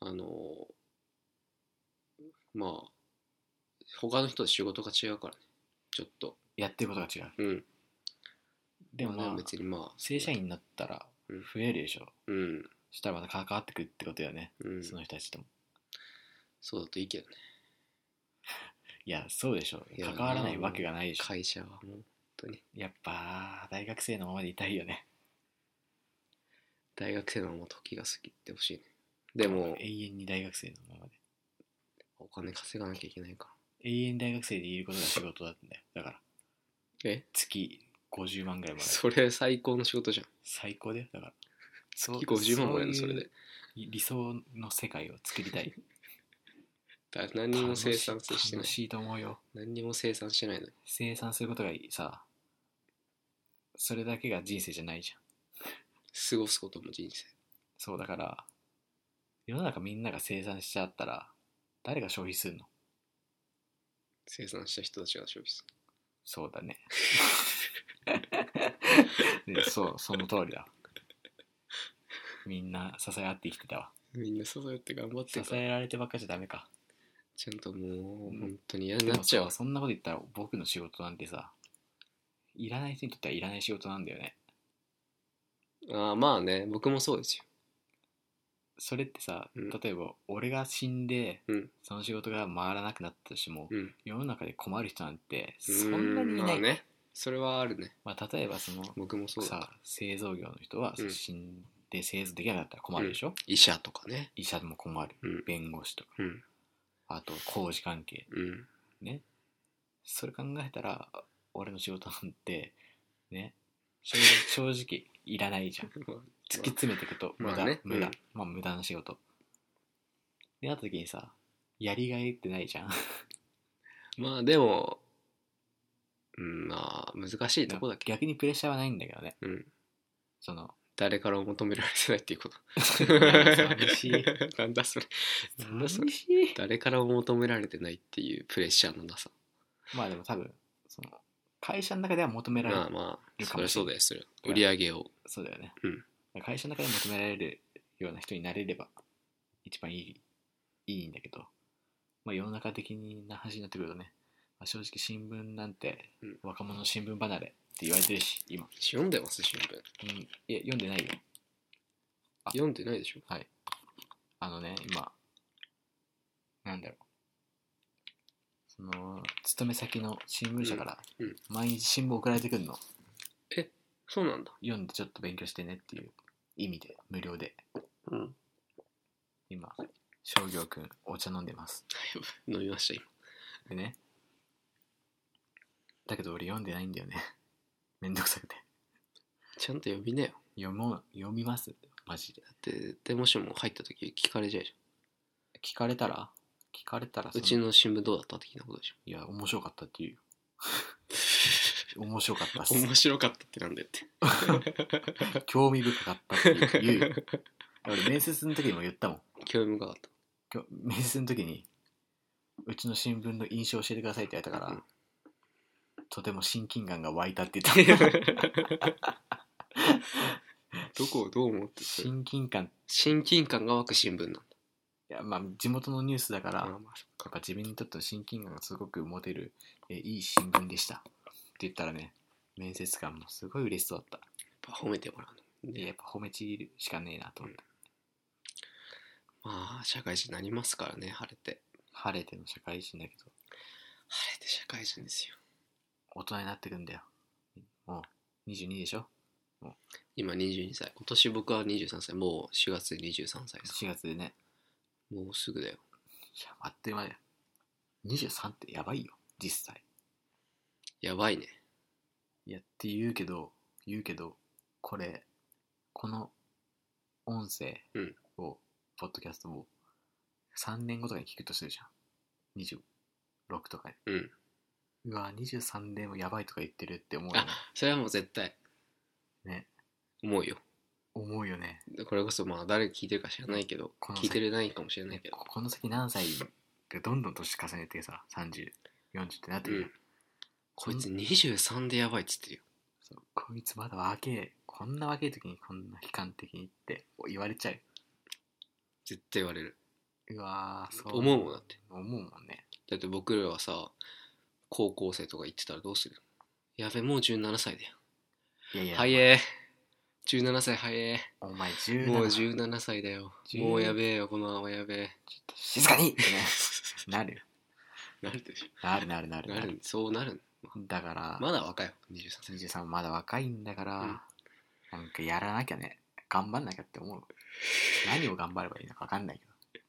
あのまあ、他の人と仕事が違うからね。ちょっと。やってることが違ううん。でも、まあまあ、別にまあ。正社員になったらうん増えるでしょ、うん。そしたらまた関わってくるってことだよね、うん。その人たちともそうだといいけどね。いやそうでしょいや関わらないわけがないでしょ会社はもう本当に。やっぱ大学生のままでいたいよね大学生のもう時が過ぎてほしいね。でも、永遠に大学生のままでお金稼がなきゃいけないか永遠に大学生でいることが仕事だったんだよだからら。え月50万ぐらいもらえるそれ最高の仕事じゃん。最高だよだから月月50万もらえるのそれで。理想の世界を作りたい *laughs* だ何にも生産楽してない楽。しいと思うよ何にも生産してないのに。生産することがいいさそれだけが人生じゃないじゃん過ごすことも人生。そうだから世の中みんなが生産しちゃったら誰が消費するの生産した人たちが消費する。そうだね *laughs* ねそうその通りだみんな支え合って生きてたわみんな支えて頑張って支るからえられてばっかじゃダメかちゃんともううん本当に嫌になっちでゃうもわさそんなこと言ったら僕の仕事なんてさいらない人にとってはいらない仕事なんだよねああまあね僕もそうですよそれってさ、うん例えば俺が死んで、うんその仕事が回らなくなったとしても、うん世の中で困る人なんてそんなにいなまい、あねそれはあるねまあ、例えばその僕もそうださ製造業の人は、うん死んで製造できなかったら困るでしょ、医者とかね医者も困るうん弁護士とかうんあと工事関係うんねそれ考えたら俺の仕事なんてね正直正直いら *laughs* ないじゃんまあ突き詰めていくと無まあ駄、ね無駄、うんまあ無駄な仕事でなった時にさやりがいってないじゃんまあでもうんまあ難しいとこだけど *laughs* 逆にプレッシャーはないんだけどねうんその誰からも求められてないっていうこと寂しい *laughs* なんだそれなんだそれ寂しい誰からも求められてないっていうプレッシャーのなさまあでも多分その会社の中では求められるまあまあるそかりもゃしそれうなだよそれは売り上げをそうだよね、うん会社の中で求められるような人になれれば一番いいいいんだけど、まあ、世の中的な話になってくるとね、まあ、正直新聞なんてうん若者の新聞離れって言われてるし今、読んでます新聞うん、いや読んでないよあ読んでないでしょはいあのね今なんだろうその勤め先の新聞社からうんうん毎日新聞送られてくるのそうなんだ読んでちょっと勉強してねっていう意味で無料でうん今商業くんお茶飲んでます飲みました今でねだけど俺読んでないんだよね *laughs* めんどくさくてちゃんと呼びなよ。読もう読みますマジでだって、絶対もしも入った時聞かれちゃうじ聞かれたら聞かれたらゃん。うちのの新聞どうだった的なことでしいや面白かったっていう *laughs* ょ。面白かったっす面白かったってなんだよって。興味深かったっていう俺面接の時にも言ったもん *laughs* 興味深かっ今日面接の時にうちの新聞の印象を教えてくださいって言われたから、 *laughs* うんとても親近感が湧いたって言った *laughs* た。どこをどう思ってそれ親近感親近感が湧く新聞なんだ。いやまあ地元のニュースだから、まあやっまあそっかぱ自分にとっての親近感がすごく持てるえいい新聞でしたって言ったらね面接官もすごい嬉しそうだったやっぱ褒めてもらうのいやでやっぱ褒めちぎるしかねえなと思った、まあ社会人になりますからね晴れて晴れての社会人だけど晴れて社会人ですよ大人になってくんだよもう22でしょ今22歳今年僕は23歳もう4月で23歳です4月でねもうすぐだよいやあっという間だよ23ってやばいよ実際やばいねいやって言うけど言うけどこれこの音声うんを、ポッドキャストを3年後とかに聞くとするじゃん26とかにうんうわ23でもやばいとか言ってるって思うよあねそれはもう絶対ね思うよ思うよねこれこそまあ誰聞いてるか知らないけどこの聞いてるないかもしれないねけどここの先何歳がどんどん年重ねてさ3040ってなってくる、うんこいつ23でやばいっつってるよそうこいつまだ若えこんな若え時にこんな悲観的にって言われちゃう絶対言われるうわーそ思うもんだって思うもんねだって僕らはさ高校生とか行ってたらどうするやべもう17歳だよいやいや早え17歳早えお前17もう17歳だよ17もうやべえよこのままやべえ静かにってね *laughs* なるよなるでし *laughs* なるなるなょるなるそうなるだから、まだ若いよ23歳23まだ若いんだから、なんかやらなきゃね頑張んなきゃって思う何を頑張ればいいのか分かんないけど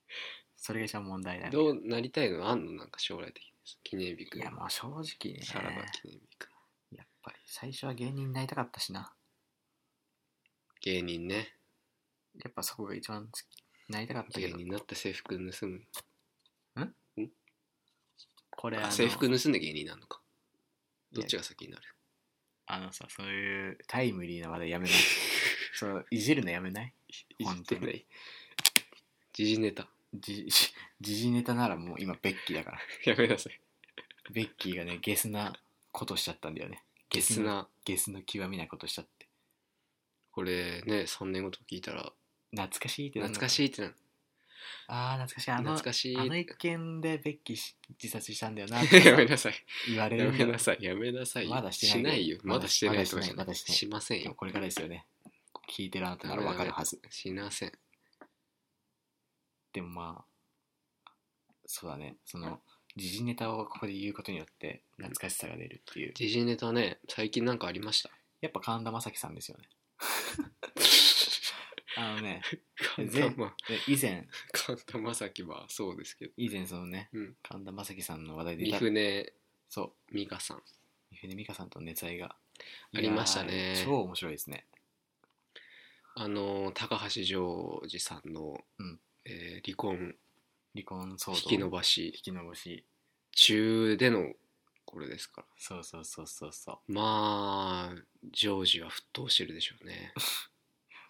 それが一番問題だよねどうなりたいのあんのなんか将来的に記念日くいんやもう正直ねさらば記念日くんやっぱり最初は芸人になりたかったしな芸人ねやっぱそこが一番つなりたかったけ芸ど人になって制服盗むこれああの制服盗んで芸人になるのかどっちがが先になるあのさそういうタイムリーな話題やめないそういじるのやめないい *laughs* じ本っ当てにない時事ネタじじ時事ネタならもう今ベッキーだからやめなさいベッキーがねゲスなことしちゃったんだよねゲスなゲスの極みなことしちゃってこれね3年後とか聞いたら懐かしいって懐かいしいってなるあー懐かしいあの懐かしいあの一件でベッキーし自殺したんだよなっ *laughs* やめてなさい言われやるんだめなさいやめなさいよまだしてないよまだしてないとかじゃまなだいしてないしませんでもよこれからですよね聞いてるあなたならわかるはずしませんでもまあそうだねその時事ネタをここで言うことによって懐かしさが出るっていう時事ネタね最近なんかありましたやっぱ神田正輝さんですよ *laughs* ねあのね神ぜ田まで以前神田正輝はそうですけど以前そのね、うん神田正輝さんの話題で三船そう美香さん三船美佳さんとの熱愛がありましたねいやー超面白いですねあの高橋ジョージさんの、うんえー離婚離婚騒動引き延引ばしき延ばし中でのこれですからそうそうそうそうそうまあジョージは沸騰してるでしょ *laughs* うね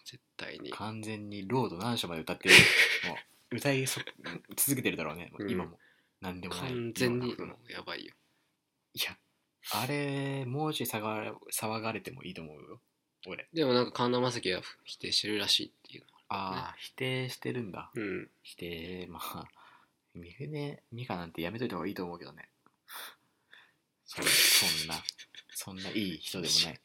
絶対に完全にロード何所まで歌って *laughs* るもう歌いそ続けてるだろうね、うん今も何でもない完全にいもうやばいよやあれもうちょい騒がれ騒がれてもいいと思うよ俺でもなんか神田正輝は否定してるらしいっていうああ、否定してるんだのうん否定まあ三船美香なんてやめといた方がいいと思うけどねそそんなそんないい人でもない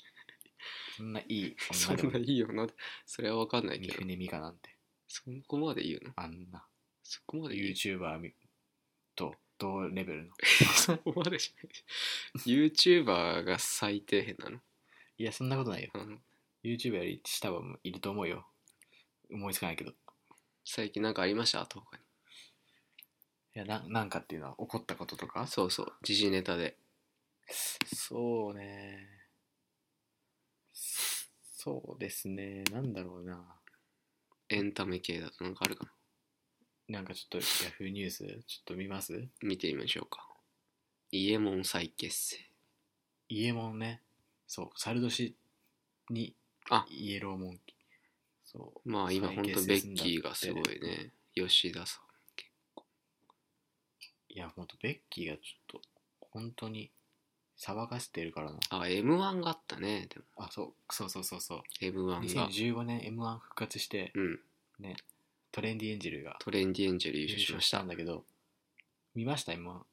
そんないいそ女んでもないないいよなそれは分かんない三けど船美香なんてそこまで言うのあんなそこまで言う YouTuber みと同レベルの *laughs* そこまでしない YouTuber が最底辺なのいやそんなことないよあの YouTube より下はいると思うよ思いつかないけどい最近なんかありましたとかにやななんかっていうのは怒ったこととかそうそう時事ネタでそうねそうですねなんだろうなエンタメ系だとなんかあるかななんかちょっと Yahoo ニュースちょっと見ます見てみましょうかイエモン再結成イエモンねそう猿年にあイエローモンキーそうまあ今ほんと再ベ結成すんッだキーがすごいね吉田さんいやほんとベッキーがちょっと本当に騒がせてるからなあ m 1があったねでもあそうそうそうそうそう m 1が2015年 m 1復活してうんトレンディエンジェルがトレンディエンジェル優優勝し勝まししたたんだけど見ました今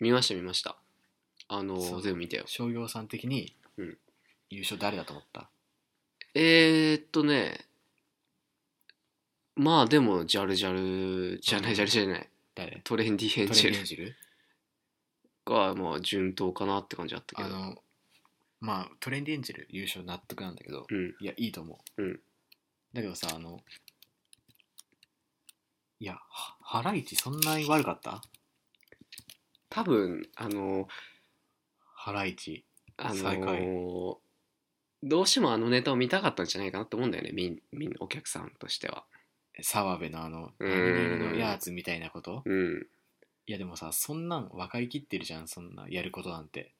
見ました見ましたあのそう全部見たよ商業さん的にうん優勝誰だと思った、えー、っとねまあでもジャルジャルじゃなういんジャルじゃない誰トレンディエントレンジデェィエンルジェルがまあ順当かなって感じだったけあどのまあトレンディエンジェル優勝納得なんだけどうんいやいいと思う、うんだけどさあのいやはハライチそんなに悪かった多分あのハライチあ最下のどうしてもあのネタを見たかったんじゃないかなって思うんだよねみんみんお客さんとしては澤部のあの「うん何々のやつ」みたいなことうんいやでもさそんなん分かりきってるじゃんそんなやることなんて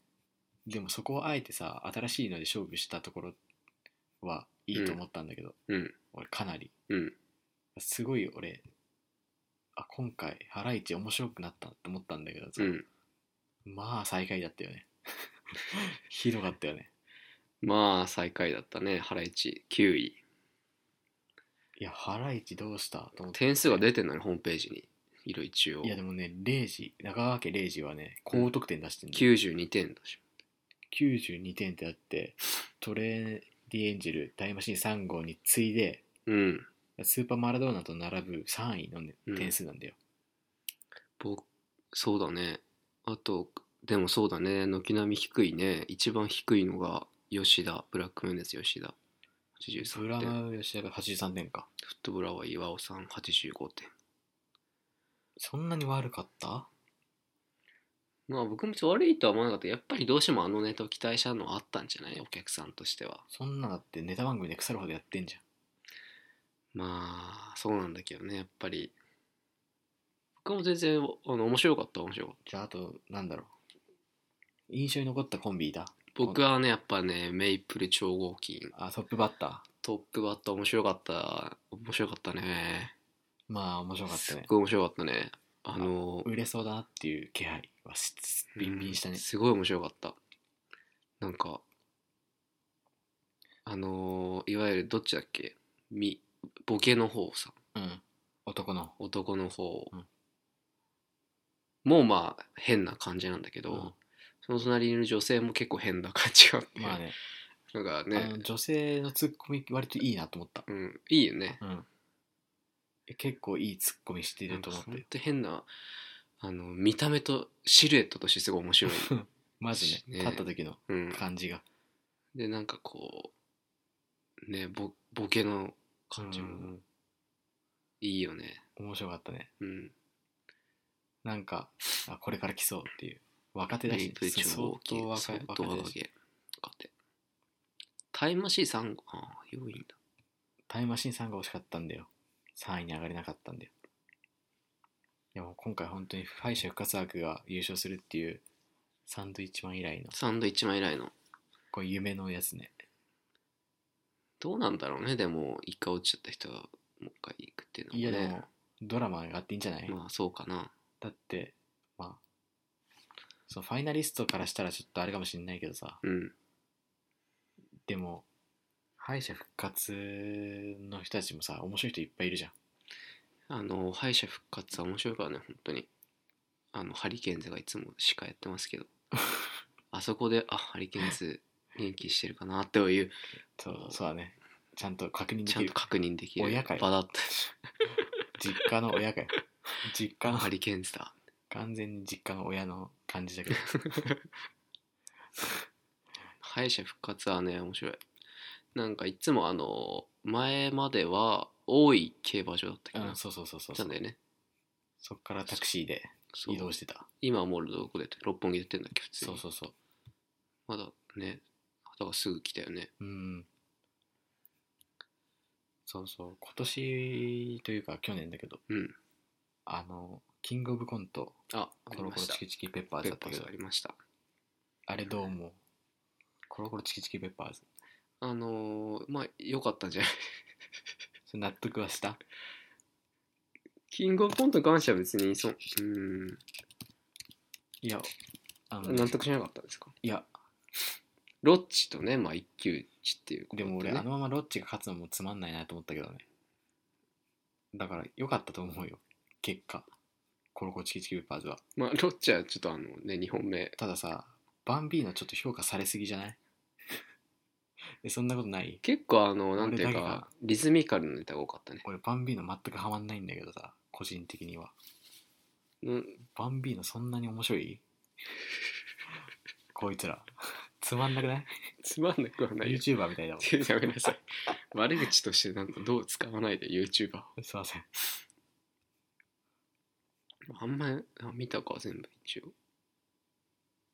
でもそこをあえてさ新しいので勝負したところはいいと思ったんだけど、うん俺かなり、うんすごい俺あ今回ハライチ面白くなったって思ったんだけどさ、うんまあ最下位だったよねひどかったよねまあ最下位だったねハライチ9位いやハライチどうしたと思って点数が出てんのにホームページにいろ一応いやでもね0時中川家0時はね高得点出してるんだよ、 92点だし92点ってあってトレンディエンジェルタイムマシーン3号に次いでうんスーパーマラドーナと並ぶ3位のね、うん点数なんだよ僕そうだねあとでもそうだね軒並み低いね一番低いのが吉田ブラックメンデス吉田ブ83ラ点マヨシアが83点かフットブラは岩尾さん85点そんなに悪かったまあ僕も別に悪いとは思わなかったけどやっぱりどうしてもあのネタを期待したのはあったんじゃないお客さんとしてはそんなだってネタ番組で腐るほどやってんじゃんまあそうなんだけどねやっぱり僕も全然あの面白かった面白かったじゃああとなんだろう印象に残ったコンビだ僕はねやっぱねメイプル超合金あトップバッタートップバッター面白かった面白かったねまあ面白かったすっねごい面白かったねあの売れそうだなっていう気配はしつつビンビンしたねうんすごい面白かったなんかあのいわゆるどっちだっけみボケの方さうん男の男の方、うんもうまあ変な感じなんだけど、うんその隣にいる女性も結構変な感じがあって、まあねなんかあねの、女性のツッコミ割といいなと思ったうん、いいよねうんえ結構いいツッコミしてなるんとか思ってほんと変なあの見た目とシルエットとしてすごい面白い、 *laughs* マジねね立った時のうん、感じがでなんかこうねボボケの感じうもんいいよね面白かったねうんなんかあこれから来そうっていう若手だメイしプル相超大きい当若相い当若手若だし手若手タイムマシーン3号ああ4位だタイムマシーンさんが惜しかったんだよ3位に上がれなかったんだよでも今回本当に敗者復活枠が優勝するっていうサンドイッチマン以来のサンドイッチマン以来のこう夢のやつねどうなんだろうねでも一回落ちちゃった人がもう一回行くっていうのいやもでねもドラマがあっていいんじゃない、まあそうかなだってまあそのファイナリストからしたらちょっとあれかもしれないけどさうんでも敗者復活の人たちもさ面白い人いっぱいいるじゃんあの敗者復活は面白いからね本当にあのハリケーンズがいつも司会やって *laughs* ますけどあそこであハリケーンズ元気してるかなというそううんそうだねちゃんと確認でちゃきんると確認できる親かよ場だった実家の親かよ実家あのハリケーンズだ完全に実家の親の感じだけど敗者復活はね面白いなんかいつもあの前までは多い競馬場だったけど、うんそうそうそうそうなそんだよねっからタクシーでそう移動してた今はもうどこでやって六本木でやってんだっけ普通にそうそうそうまだねだからすぐ来たよねうんそうそう今年というか去年だけどうんあのキングオブコントああコりロまコロしたチキチキペッパーズペッだったパけーどズありましたあれどう思うコロコロチキチキペッパーズあのーまあ良かったんじゃ *laughs* ないそれ納得はしたキングオブコントに関しては別にそううんいやあの納得しなかったですかいやロッチとねまあ一騎打ちっていうことでも俺ねあのままロッチが勝つのもつまんないなと思ったけどねだから良かったと思うよ結果コロコチキチキペッパーズはまあロッチャーちょっとあのね2本目たださバンビーノちょっと評価されすぎじゃない *laughs* えそんなことない結構あのなんていう俺だけかかリズミカルなネタが多かったね俺バンビーノ全くハマんないんだけどさ個人的にはうんバンビーノそんなに面白い *laughs* こいつらつまんなくないつまんなくはないよ ?YouTuber みたいだもんす *laughs* やめなさい悪口としてなんかどう使わないで YouTuber をいませんあんまあ見たか全部一応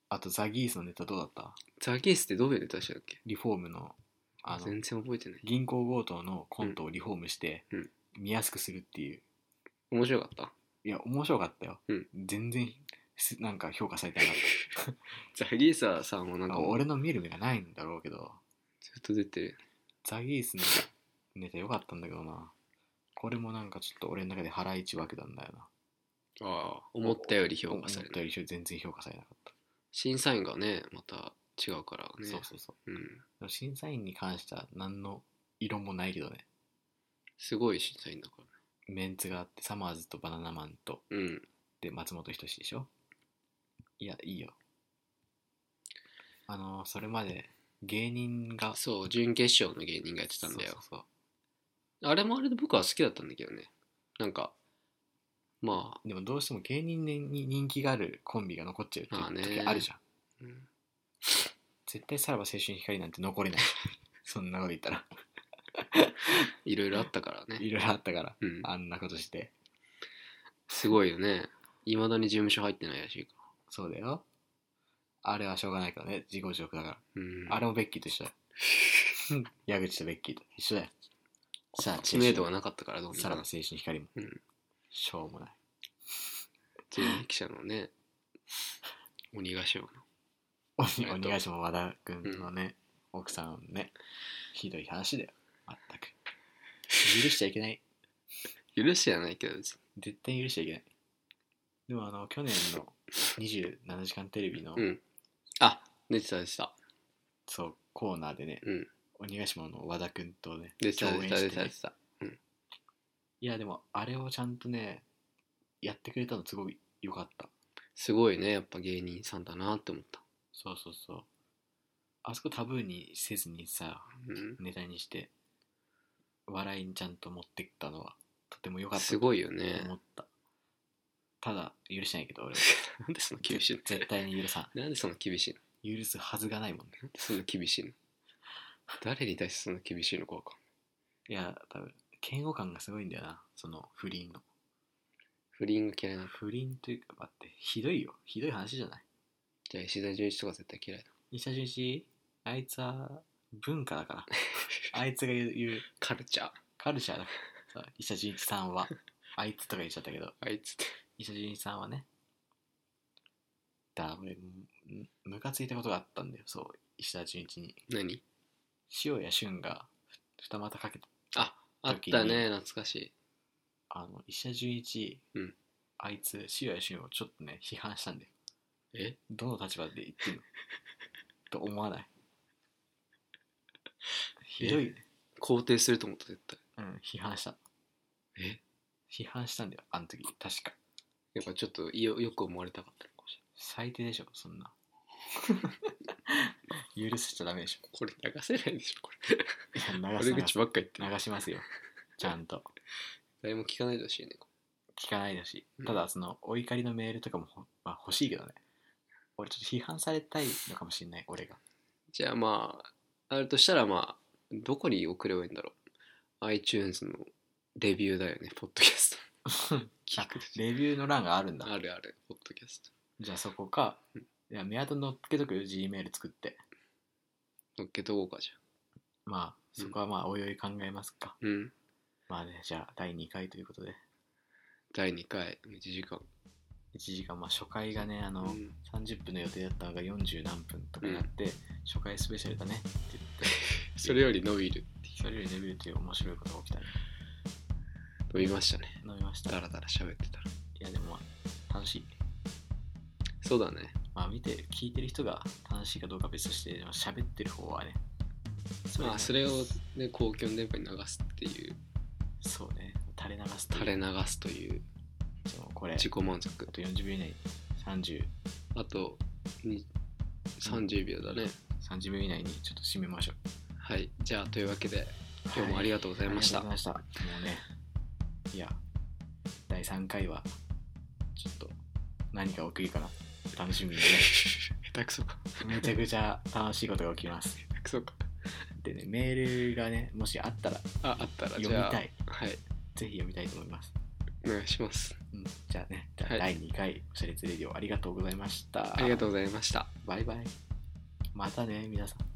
あとザギースのネタどうだったザギースってどういうネタしたっけリフォームのあの全然覚えてない銀行強盗のコントをリフォームして、うん見やすくするっていう面白かったいや面白かったよ、うん全然すなんか評価されてなかっザギーサーさんも *laughs* なたんかあ俺の見る目がないんだろうけどずっと出てるザギースのネタ良かったんだけどなこれもなんかちょっと俺の中で腹一分けなんだよなああ思ったより評価され思ったるより全然評価されなかっ審査員がねまた違うからた、ねそうそうそううん、でも審査員に関しては何の異論もないけどねすごい審査員だかメンツがあってサマーズとバナナマンとらうんで松本人志でしょいやいいよあのそれまで芸人がそう準決勝の芸人がやってたんだよそうそうそあれもあれで僕は好きだったんだけどねなんかまあうでもどうしても芸人に人気があるコンビが残っちゃうまあってねいう時あるじゃんうん絶対さらば青春光なんて残 *laughs* れないそんなこと言ったらいろいろあったからねいろいろあったからうんあんなことしてすごいよねいまだに事務所入ってないらしいかそうだよあれはしょうがないからね自己自得だかららうんあれもベッキーと一緒だよ矢口とベッキーと一緒だよさあ知名度がなかったからどうにさからばな青春光も、うんしょうもない人力車のね鬼ヶ島のおえっと鬼ヶ島和田君のね、奥さんねひどい話だよまったく許しちゃいけない許してはないけど別に絶対許しちゃいけないでもあの去年の『27時間テレビの』うんあ出てた出てたそうコーナーでね、うん鬼ヶ島の和田君とね出てた出てた出てねた出てたいやでもあれをちゃんとねやってくれたのすごい良かったすごいねやっぱ芸人さんだなって思ったそうそうそうあそこタブーにせずにさうんネタにして笑いにちゃんと持ってったのはとても良かったすごいよね思った、ただ許しないけど *laughs* 俺はなんでその厳しい絶対に許さのなんでその厳しいのん許すはずがないもんねなんでそんな厳しいの誰に対してそんな厳しいのかわかんないいや多分嫌悪感がすごいんだよなその不倫の不倫が嫌いなの不倫というか待ってひどいよひどい話じゃないじゃあ石田純一とか絶対嫌いだ西田純一あいつは文化だ *laughs* からあいつが言う言うカルチャーカルチャーだからさ石田純一さんはあいつとか言っちゃったけどあいつって石田純一さんはねだ俺んムカついたことがあったんだよそう石田純一に何塩谷俊が二股かけたああったね懐かしいあの石田純一、うんあいつ塩谷俊をちょっとね批判したんだよえどの立場で言ってんのと思わ *laughs* ないひどいね、肯定すると思った絶対うん、批判したえ批判したんだよあの時確かやっぱちょっとよよく思われたかったのかもし最低でしょそんな *laughs* 許しちゃダメでしょれないこれ流せないでしょこいやれ流悪す流口すばっか言ってる流しますよちゃんと誰も聞かないでほしいね聞かないだし、うんただそのお怒りのメールとかもほ、まあ、欲しいけどね俺ちょっと批判されたいのかもしれない俺がじゃあまああるとしたらまあどこに送ればいいんだろう iTunes のレビューだよねポッドキャス *laughs* ト聞くレビューの欄があるんだあるあるポッドキャスじゃあそこかういや目当て乗っけとくよ G メール作ってト乗っけとこうかじまあそこはまあおいおい考えますか、ゃんうんまあねじゃあ第2回ということで第2回1時間1時間まあ初回がねあの、うん30分の予定だったのが40何分とかになって、初回スペシャルだねって言って *laughs* それより伸びるそれよりレビューという面白いことが起きたね伸びましたね飲みましただいらだら喋ってたらやでもまあ楽しいそうだねまあ見て聞いてる人が楽しいかどうかは別としてでも喋ってる方はねそまあそれをね公共の電波に流すっていうそうね垂れ流すと垂れ流すというそうこれ自己満足あと40秒以内に3030あとに30秒だね秒以内にちょっと締めましょうはいじゃあというわけで今日もありがとうございました、ありがとうございましたもうねいや第3回はちょっと何が起きるかな楽しみで *laughs* ね下手くそかめちゃくちゃ楽しいことが起きます下手くそかでねメールがねもしあったらああったら読じみゃあたいはいぜひ読みたいと思います、お願いしますうん、じゃあねじゃあはい第2回おしゃれつレディオありがとうございましたありがとうございましたバイバイまたね皆さん